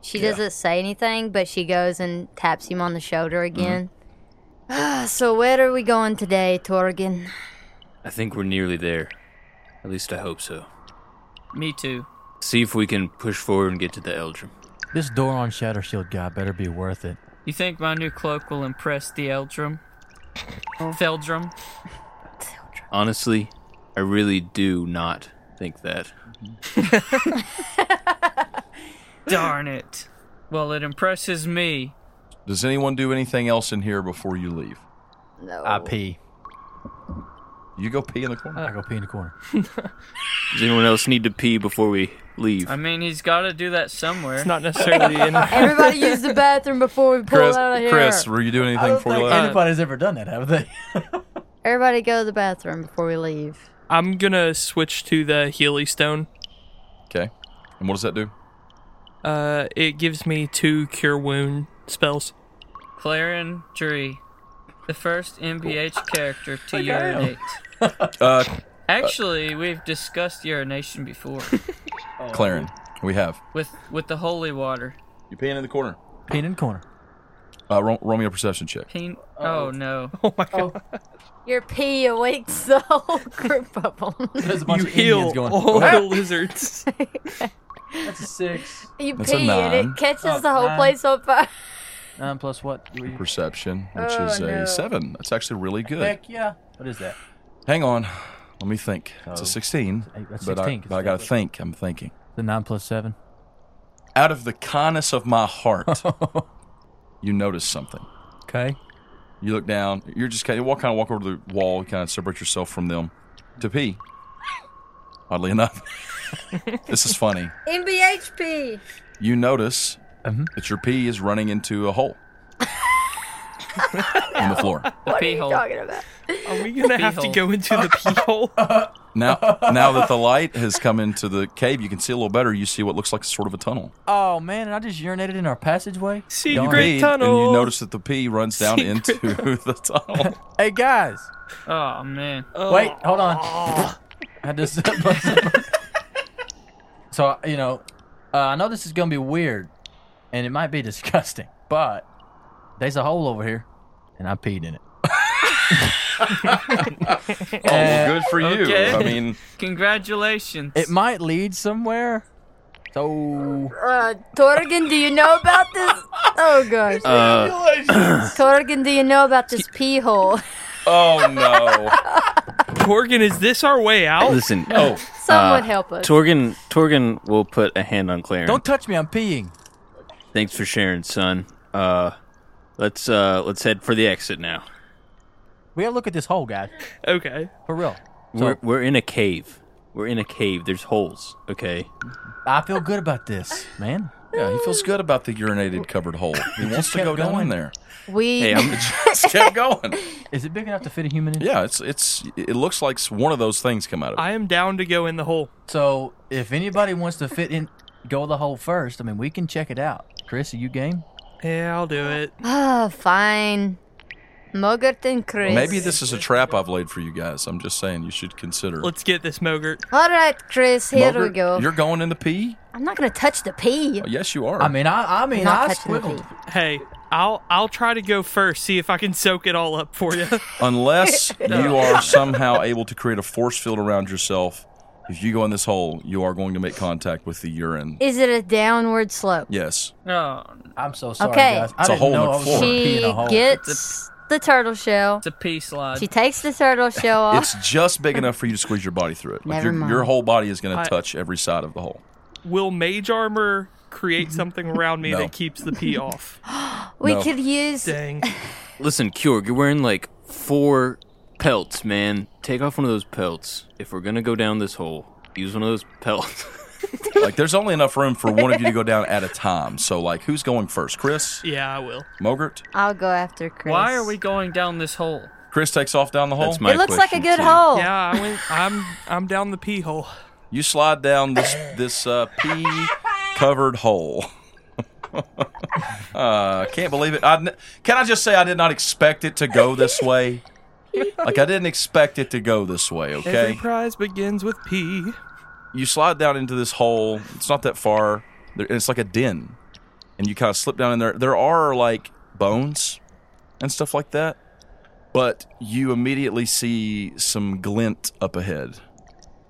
S4: She doesn't say anything, but she goes and taps him on the shoulder again. Ah, so where are we going today, Torgin?
S6: I think we're nearly there. At least I hope so.
S1: Me too.
S6: See if we can push forward and get to the Eldrum.
S5: This door on Shatter Shield guy better be worth it.
S1: You think my new cloak will impress the Eldrum? Feldrum?
S6: Honestly, I really do not think that.
S1: Darn it. Well, it impresses me.
S3: Does anyone do anything else in here before you leave?
S4: No.
S5: I pee.
S3: You go pee in the corner.
S5: I go pee in the corner.
S6: Does anyone else need to pee before we leave?
S1: I mean, he's got to do that somewhere.
S2: It's not necessarily in.
S4: Everybody use the bathroom before we pull
S3: Chris,
S4: out of here.
S3: Chris, were you doing anything before you left?
S5: anybody's ever done that, have they?
S4: Everybody go to the bathroom before we leave.
S2: I'm gonna switch to the Healy Stone.
S3: Okay. And what does that do?
S2: Uh, it gives me two Cure Wound spells.
S1: Clarin Dree, the first MBH character to urinate.
S3: Uh,
S1: Actually, we've discussed urination before
S3: Claren, we have.
S1: with with the holy water.
S3: You peeing in the corner.
S5: Pee in the corner.
S3: Uh, roll, roll me a perception check.
S1: Peen- oh no.
S4: Your pee awakes the whole group of 'em.
S5: There's a bunch
S2: you
S5: of Indians
S2: heal Oh.
S5: going.
S2: all the lizards.
S5: That's a six.
S4: You
S3: That's a
S4: pee and
S3: nine.
S4: it catches
S5: Oh,
S4: the whole
S5: nine.
S4: place on fire.
S5: Nine plus what? Three.
S3: perception, which
S4: Oh,
S3: is a
S4: no.
S3: seven. That's actually really good.
S5: Heck yeah. What is that?
S3: Hang on, let me think. It's a
S5: Oh.
S3: sixteen,
S5: Eight- that's
S3: but I,
S5: 16,
S3: but I gotta think. I'm thinking.
S5: The nine plus seven.
S3: Out of the kindness of my heart, you notice something.
S5: Okay.
S3: You look down. You're just kind of walk, kind of walk over to the wall, kind of separate yourself from them to pee. Oddly enough, this is funny.
S4: MBHP.
S3: You notice
S5: Mhm.
S3: that your pee is running into a hole in the floor.
S1: The pee hole.
S4: Talking about.
S2: Are we gonna have to
S1: hole.
S2: go into the pee hole?
S3: Now, now that the light has come into the cave, you can see a little better. You see what looks like sort of a tunnel.
S5: Oh man, and I just urinated in our passageway.
S2: Secret
S5: Darn.
S3: pee,
S2: tunnel.
S3: And you notice that the pee runs down
S2: Secret.
S3: into the tunnel.
S5: Hey guys,
S1: Oh man.
S5: wait, hold on. I just. so you know, uh, I know this is gonna be weird, and it might be disgusting, but there's a hole over here, and I peed in it.
S3: oh, well, good for you.
S1: Okay.
S3: I mean,
S1: Congratulations.
S5: It might lead somewhere. So
S4: Uh, Torgen, do you know about this? Oh gosh.
S6: Uh,
S4: Torgen, do you know about this pee hole?
S3: oh no.
S2: Corgan, is this our way out?
S6: listen.
S3: Oh,
S4: Someone
S6: Uh,
S4: help us.
S6: Torgan, Torgan will put a hand on Clarence.
S5: don't touch me. I'm peeing.
S6: Thanks for sharing, son. Uh, let's uh, let's head for the exit now.
S5: We gotta look at this hole, guys.
S2: Okay.
S5: For real. So
S6: We're we're in a cave. We're in a cave. There's holes. Okay.
S5: I feel good about this, man.
S3: Yeah, he feels good about the urinated covered hole. He wants to
S5: kept
S3: go down
S5: going.
S3: in there.
S4: We
S3: Hey, I'm just kept going.
S5: Is it big enough to fit a human in?
S3: Yeah, it's it's it looks like one of those things come out of it.
S2: I am down to go in the hole.
S5: So if anybody wants to fit in, go the hole first. I mean, we can check it out. Chris, are you game?
S2: Yeah, I'll do it.
S4: ah fine. Mogert and Chris.
S3: Maybe this is a trap I've laid for you guys. I'm just saying you should consider.
S2: Let's get this Mogert.
S4: All right, Chris. Here we
S3: Mogert,
S4: go.
S3: You're going in the pee?
S4: I'm not gonna touch the pee.
S3: Oh, yes, you are.
S5: I mean, I, I mean,
S4: Not
S5: I
S4: touching the
S5: squiggled.
S4: pee.
S2: Hey, I'll I'll try to go first. See if I can soak it all up for you.
S3: unless you are somehow able to create a force field around yourself, if you go in this hole, you are going to make contact with the urine.
S4: Is it a downward slope?
S3: Yes.
S1: No,
S5: I'm so sorry,
S4: Okay.
S5: guys. I
S3: It's a
S5: didn't
S3: hole in
S5: know
S3: the
S5: I was
S3: floor.
S5: gonna pee in a
S4: She
S5: hole.
S4: gets the turtle shell.
S1: it's a pee slide.
S4: She takes the turtle shell off.
S3: It's just big enough for you to squeeze your body through it. Like
S4: Never
S3: your,
S4: mind.
S3: your whole body is going
S2: I-
S3: to touch every side of the hole.
S2: Will mage armor create something around me
S3: No.
S2: that keeps the pee off?
S4: We
S3: no.
S4: could use.
S2: Dang.
S6: Listen, Kjorg, you're wearing like four pelts, man. Take off one of those pelts. If we're gonna go down this hole, use one of those pelts.
S3: Like there's only enough room for one of you to go down at a time. So like who's going first? Chris?
S2: Yeah, I will.
S3: Mogert?
S4: I'll go after Chris.
S1: Why are we going down this hole?
S3: Chris takes off down the hole.
S6: That's my
S4: it looks like a
S6: question,
S4: good
S6: too.
S4: hole.
S2: Yeah, I went, I'm I'm down the pee hole.
S3: you slide down this this uh, pee covered hole. uh, can't believe it. I, n- can I just say I did not expect it to go this way? Like I didn't expect it to go this way.
S2: Every
S3: Okay,
S2: prize begins with pee.
S3: you slide down into this hole. It's not that far. There- It's like a den, and you kind of slip down in there. There are like bones and stuff like that, but you immediately see some glint up ahead.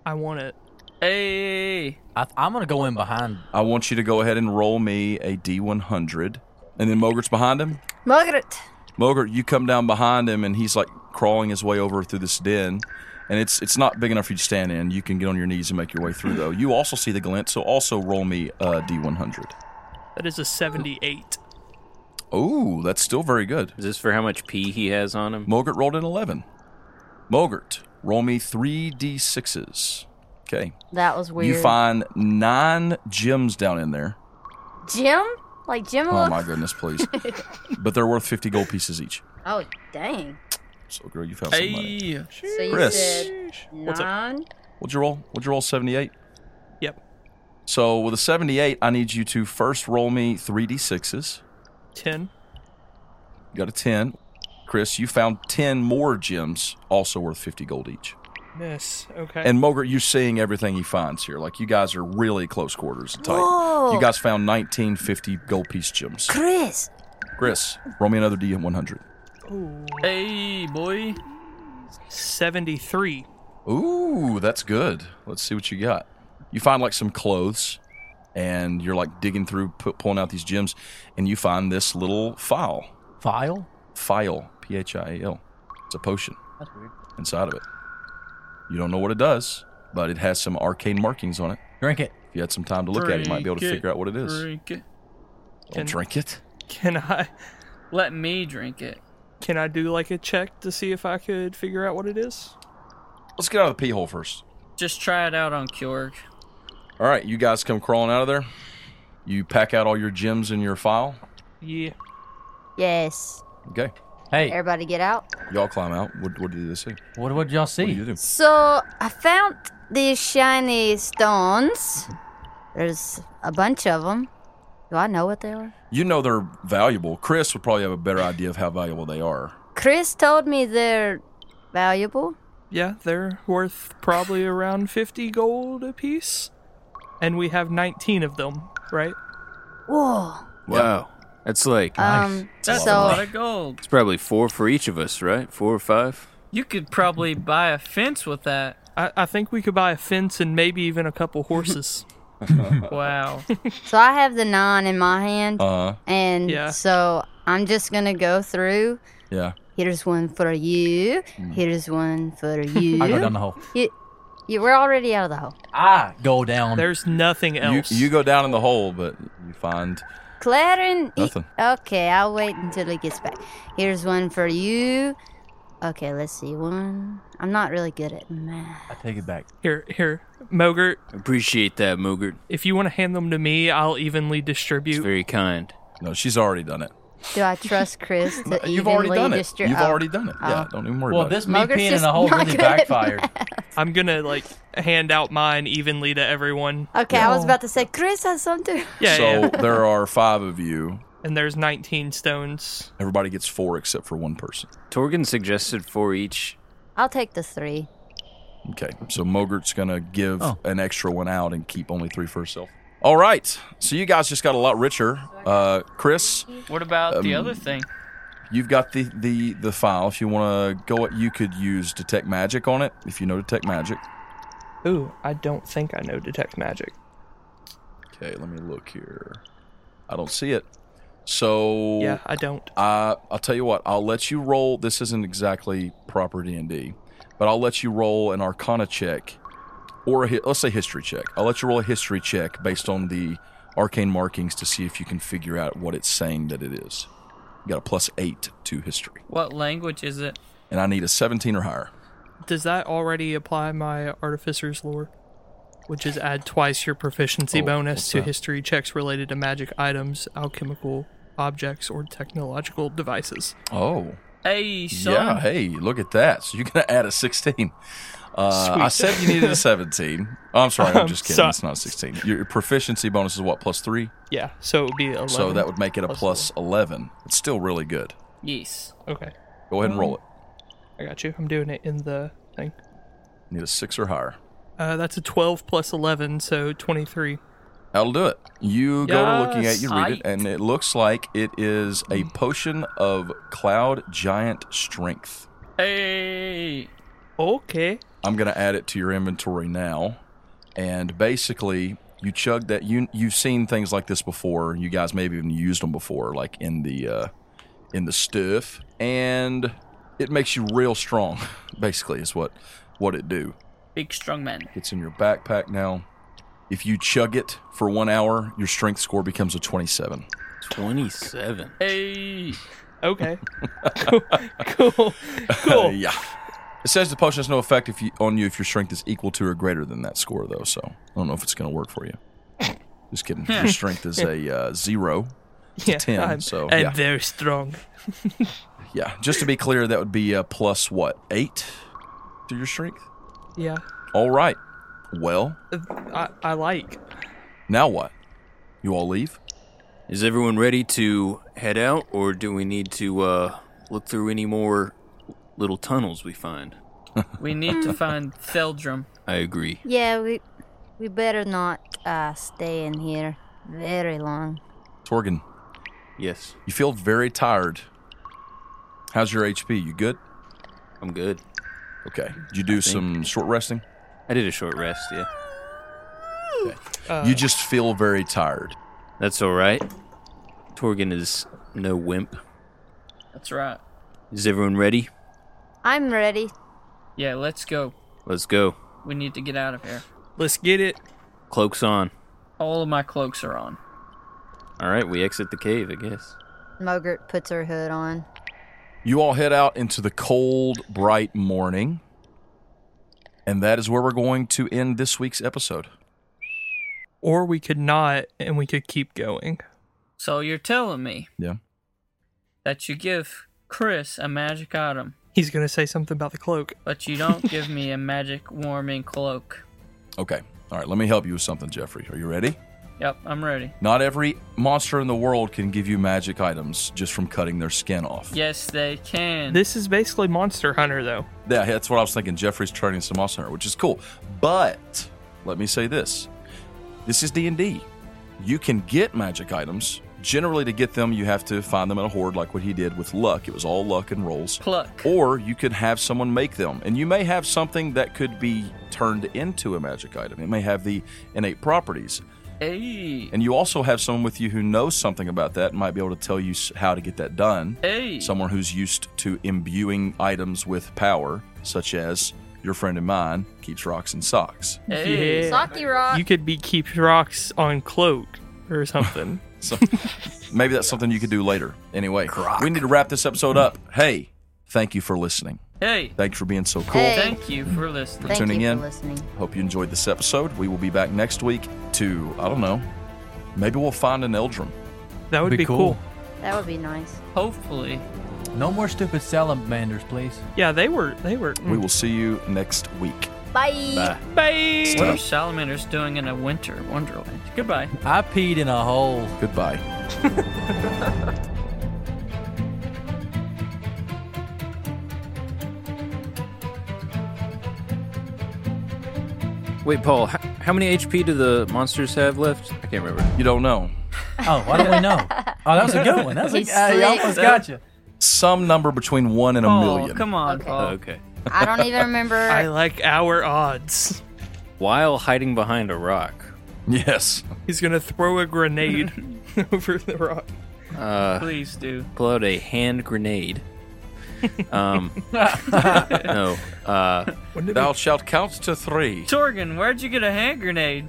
S2: I want it.
S1: Hey,
S5: I, I'm gonna go in behind.
S3: I want you to go ahead and roll me a D100. And then Mogert's behind him.
S4: Mogert.
S3: Mogert, you come down behind him, and he's like crawling his way over through this den. And it's it's not big enough for you to stand in. You can get on your knees and make your way through, though. You also see the glint, so also roll me a D100.
S2: That is a 78.
S3: Oh, that's still very good.
S6: Is this for how much pee he has on him?
S3: Mogert rolled an 11. Mogert, roll me three D6s. Okay.
S4: That was weird.
S3: You find nine gems down in there.
S4: Jim? Like Jim?
S3: Oh,
S4: look-
S3: my goodness, please. but they're worth 50 gold pieces each.
S4: Oh, dang.
S3: So, girl, you found some money.
S1: hey,
S4: So you
S3: Chris.
S4: said
S2: What's up?
S4: nine?
S3: What'd you roll? What'd you roll? 78?
S2: Yep.
S3: So with a 78, I need you to first roll me 3d6s.
S2: 10.
S3: You got a 10. Chris, you found 10 more gems, also worth 50 gold each.
S2: Miss. Okay.
S3: And Mogert, you're seeing everything he finds here. Like, you guys are really close quarters and tight.
S4: Whoa.
S3: You guys found 1950 gold piece gems.
S4: Chris.
S3: Chris, roll me another D100.
S2: Ooh,
S1: hey, boy.
S2: 73.
S3: Ooh, that's good. Let's see what you got. You find like some clothes, and you're like digging through, pu- pulling out these gems, and you find this little file.
S5: File.
S3: Phial, P H I A L. It's a potion. That's weird. Inside of it. You don't know what it does, but it has some arcane markings on it.
S5: Drink it.
S3: If you had some time to look at it, you might be able to
S1: Drink it.
S3: figure out what it is.
S1: Drink it.
S3: Don't drink it.
S2: Can I
S1: Let me drink it.
S2: can I do like a check to see if I could figure out what it is?
S3: Let's get out of the pee hole first.
S1: Just try it out on Kjorg.
S3: All right, you guys come crawling out of there. You pack out all your gems in your file.
S2: Yeah.
S4: Yes.
S3: Okay.
S5: Hey,
S4: Everybody get out.
S3: Y'all climb out. What, what do you see?
S5: what what y'all
S3: What do you
S5: see?
S3: do?
S4: So I found these shiny stones. There's a bunch of them. Do I know what they are?
S3: You know they're valuable. Chris would probably have a better idea of how valuable they are.
S4: Chris told me they're valuable.
S2: Yeah, they're worth probably around 50 gold apiece, And we have 19 of them, right?
S4: Whoa.
S6: Wow, that's like
S4: Um.
S1: That's a lot
S4: so
S1: of gold.
S6: it's probably four for each of us, right? Four or five.
S1: You could probably buy a fence with that.
S2: I, I think we could buy a fence and maybe even a couple horses.
S1: Wow.
S4: so I have the nine in my hand,
S3: Uh,
S4: and
S2: Yeah.
S4: so I'm just gonna go through.
S3: yeah.
S4: Here's one for you. Here's one for you.
S5: I go down the hole.
S4: you, you. We're already out of the hole.
S5: I go down.
S2: There's nothing
S3: You,
S2: else.
S3: you go down in the hole, but you find
S4: Clarin.
S3: Nothing.
S4: Okay, I'll wait until he gets back. Here's one for you. Okay, let's see. One. I'm not really good at math.
S5: I take it back.
S2: Here, here, Mogert.
S6: Appreciate that, Mogert.
S2: If you want to hand them to me, I'll evenly
S6: It's
S2: distribute.
S6: very kind.
S3: No, she's already done it.
S4: Do I trust Chris to
S3: You've
S4: evenly
S3: already done it.
S4: distri-
S3: You've
S4: oh,
S3: already done it. Yeah, don't even worry
S5: Well,
S3: about it.
S5: this me
S4: Mugger's
S5: peeing in
S4: just
S5: a hole
S4: not
S5: really
S4: good at
S5: backfired.
S2: I'm gonna like hand out mine evenly to everyone.
S4: Okay, I was about to say Chris has something.
S2: Yeah,
S3: so
S2: yeah.
S3: there are five of you.
S2: And there's 19 stones.
S3: Everybody gets four except for one person.
S6: Torgan suggested four each.
S4: I'll take the three.
S3: Okay, so Mogert's gonna give
S5: Oh.
S3: an extra one out and keep only three for herself. All right, so you guys just got a lot richer. Uh, Chris,
S1: What about the
S3: Um,
S1: other thing?
S3: you've got the the the file. If you want to go, you could use detect magic on it. If you know detect magic.
S2: Ooh, I don't think I know detect magic.
S3: Okay, let me look here. I don't see it. So
S2: Yeah, I don't.
S3: Uh, I'll tell you what. I'll let you roll. This isn't exactly proper D and D, but I'll let you roll an Arcana check, or a hi- let's say history check. I'll let you roll a history check based on the arcane markings to see if you can figure out what it's saying that it is. You got a plus eight to history,
S1: What language is it?
S3: and I need a seventeen or higher.
S2: Does that already apply my artificer's lore? Which is add twice your proficiency
S3: Oh,
S2: bonus
S3: what's
S2: to
S3: that?
S2: history checks related to magic items, alchemical objects, or technological devices.
S3: Oh,
S1: Hey, son.
S3: yeah. Hey, look at that. So you're gonna add a sixteen. Uh, I
S2: Sweet.
S3: said you needed a seventeen. Oh, I'm sorry. I'm
S2: I'm
S3: just kidding.
S2: sorry.
S3: It's not a sixteen. Your proficiency bonus is what plus three.
S2: Yeah, so it would be 11.
S3: So that would make it a
S2: Plus
S3: plus 11. It's still really good.
S7: Yes.
S2: Okay,
S3: Go ahead and roll it.
S2: I got you. I'm doing it in the thing.
S3: Need a six or higher.
S2: Uh, that's a 12 plus 11, so 23.
S3: That'll do it. You go to looking at,
S2: Yes,
S3: you read it, and it looks like it is a potion of cloud giant strength.
S1: Hey.
S2: Okay.
S3: I'm going to add it to your inventory now. And basically, you chug that. You you've seen things like this before. You guys maybe even used them before, like in the uh, in the stuff, and it makes you real strong. Basically, is what what it do.
S1: Big strong man.
S3: It's in your backpack now. If you chug it for one hour, your strength score becomes a 27.
S6: 27.
S1: Hey.
S2: Okay. cool. Cool.
S3: Uh,
S2: cool.
S3: yeah. It says the potion has no effect if you, on you if your strength is equal to or greater than that score, though. So I don't know if it's going to work for you. Just kidding. If your strength is a uh, zero.
S2: Hmm. yeah,
S3: 10,
S2: I'm-
S3: so,
S2: and
S3: Oh, yeah.
S2: they're strong.
S3: Yeah. Just to be clear, that would be a plus what? Eight to your strength?
S2: Yeah.
S3: All right. Well,
S2: I, I like.
S3: now what? You all leave?
S6: Is everyone ready to head out, or do we need to uh, look through any more little tunnels we find?
S1: We need to find Theldrum.
S6: I agree.
S4: Yeah, we we better not uh, stay in here very long.
S3: Torgan,
S6: Yes,
S3: you feel very tired. How's your HP? You good?
S6: I'm good.
S3: Okay. Did you do some short resting?
S6: I did a short rest, yeah.
S2: Uh,
S3: You just feel very tired.
S6: That's all right. Torgan is no wimp.
S1: That's right.
S6: Is everyone ready?
S4: I'm ready.
S1: Yeah, let's go.
S6: Let's go.
S1: We need to get out of here.
S2: Let's get it.
S6: Cloaks on.
S1: All of my cloaks are on.
S6: All right, we exit the cave, I guess.
S4: Mogert puts her hood on.
S3: You all head out into the cold, bright morning. And that is where we're going to end this week's episode.
S2: Or we could not, and we could keep going.
S1: So you're telling me
S3: Yeah.
S1: that you give Chris a magic item,
S2: He's going to say something about the cloak.
S1: but you don't give me a magic warming cloak.
S3: Okay. All right. Let me help you with something, Jeffrey. Are you ready?
S1: Yep, I'm ready.
S3: Not every monster in the world can give you magic items just from cutting their skin off.
S1: Yes, they can.
S2: This is basically Monster Hunter, though.
S3: Yeah, that's what I was thinking. Jeffrey's training some monster hunter, which is cool. But let me say this: this is D and D. You can get magic items. Generally, to get them, you have to find them in a horde, like what he did with luck. It was all luck and rolls.
S1: Pluck.
S3: Or you could have someone make them, and you may have something that could be turned into a magic item. It may have the innate properties,
S1: Hey.
S3: and you also have someone with you who knows something about that and might be able to tell you s- how to get that done
S1: Hey.
S3: someone who's used to imbuing items with power, such as your friend and mine keeps rocks in socks.
S1: Hey.
S2: Yeah.
S4: Saki rock.
S2: You could be keep rocks on cloak or something.
S3: So maybe that's something you could do later. Anyway, we need to wrap this episode up. Hey, thank you for listening.
S1: Hey,
S3: Thanks for being so cool.
S4: Hey.
S1: thank you for listening.
S4: Thank
S3: tuning
S4: you
S3: in.
S4: for listening.
S3: Hope you enjoyed this episode. We will be back next week to, I don't know, maybe we'll find an Eldrum.
S2: That would
S5: Be
S2: be,
S5: cool.
S2: cool.
S4: That would be nice.
S1: Hopefully.
S5: No more stupid salamanders, please.
S2: Yeah, they were. They were. mm,
S3: We will see you next week.
S4: Bye.
S2: Bye.
S1: What are salamanders doing in a winter wonderland? Goodbye.
S5: I peed in a hole.
S3: Goodbye.
S6: Wait, Paul, how, how many HP do the monsters have left? I can't remember.
S3: You don't know.
S5: Oh, why don't we know? Oh, that was a good one. That was
S4: He's
S5: a, I
S4: slick.
S5: almost got you.
S3: Some number between one and a
S1: Paul,
S3: million.
S1: Oh, come on,
S4: Okay.
S1: Paul.
S6: Oh, okay.
S4: I don't even remember.
S2: I like our odds.
S6: While hiding behind a rock,
S3: Yes.
S2: He's gonna throw a grenade over the rock.
S6: uh,
S1: Please do.
S6: pull out a hand grenade. Um, no. Uh,
S2: Wouldn't it be-
S3: Thou shalt count to three.
S1: Torgan, where'd you get a hand grenade?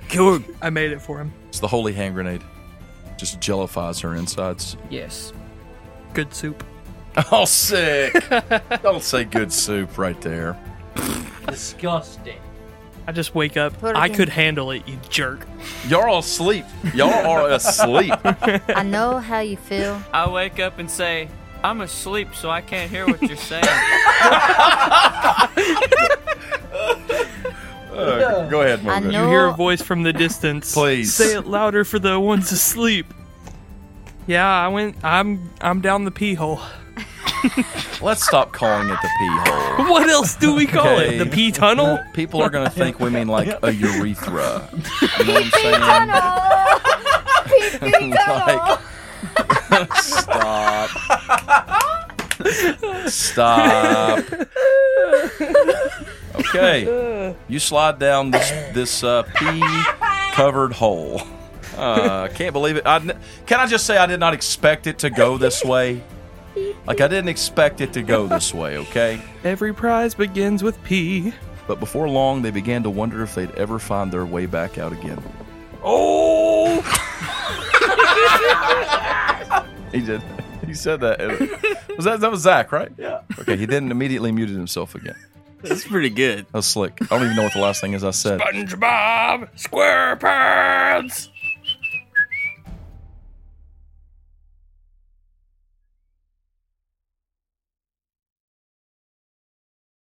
S2: I made it for him.
S3: It's the holy hand grenade. Just jellifies her insides.
S1: Yes.
S2: Good soup.
S3: Oh, sick. don't say good soup right there.
S5: Disgusting.
S2: I just wake up.
S4: Put it
S2: I
S4: in.
S2: could handle it, you jerk.
S3: Y'all are asleep. Y'all are asleep.
S4: I know how you feel.
S1: I wake up and say, I'm asleep, so I can't hear what you're saying.
S3: Uh, go ahead,
S4: I
S3: Morgan.
S4: know-
S2: You hear a
S4: Oh.
S2: voice from the distance.
S3: Please.
S2: say it louder for the ones asleep. Yeah, I went. I'm I'm down the pee hole.
S3: Let's stop calling it the pee hole.
S2: What else do we call
S3: Okay. Uh,
S2: it? The pee tunnel?
S3: People are gonna think we mean like a urethra. You know what I'm saying? like, stop. Stop. Okay, you slide down this this uh, pee covered hole. Uh, can't believe it. I, n- can I just say I did not expect it to go this way. Like I didn't expect it to go this way. Okay.
S2: Every prize begins with pee.
S3: But before long, they began to wonder if they'd ever find their way back out again.
S2: Oh,
S3: He did. He said that. Was that that was Zach, right? Yeah. Okay. He then immediately muted himself again.
S6: that's pretty good.
S3: That was slick. I don't even know what the last thing is I said.
S2: SpongeBob SquarePants.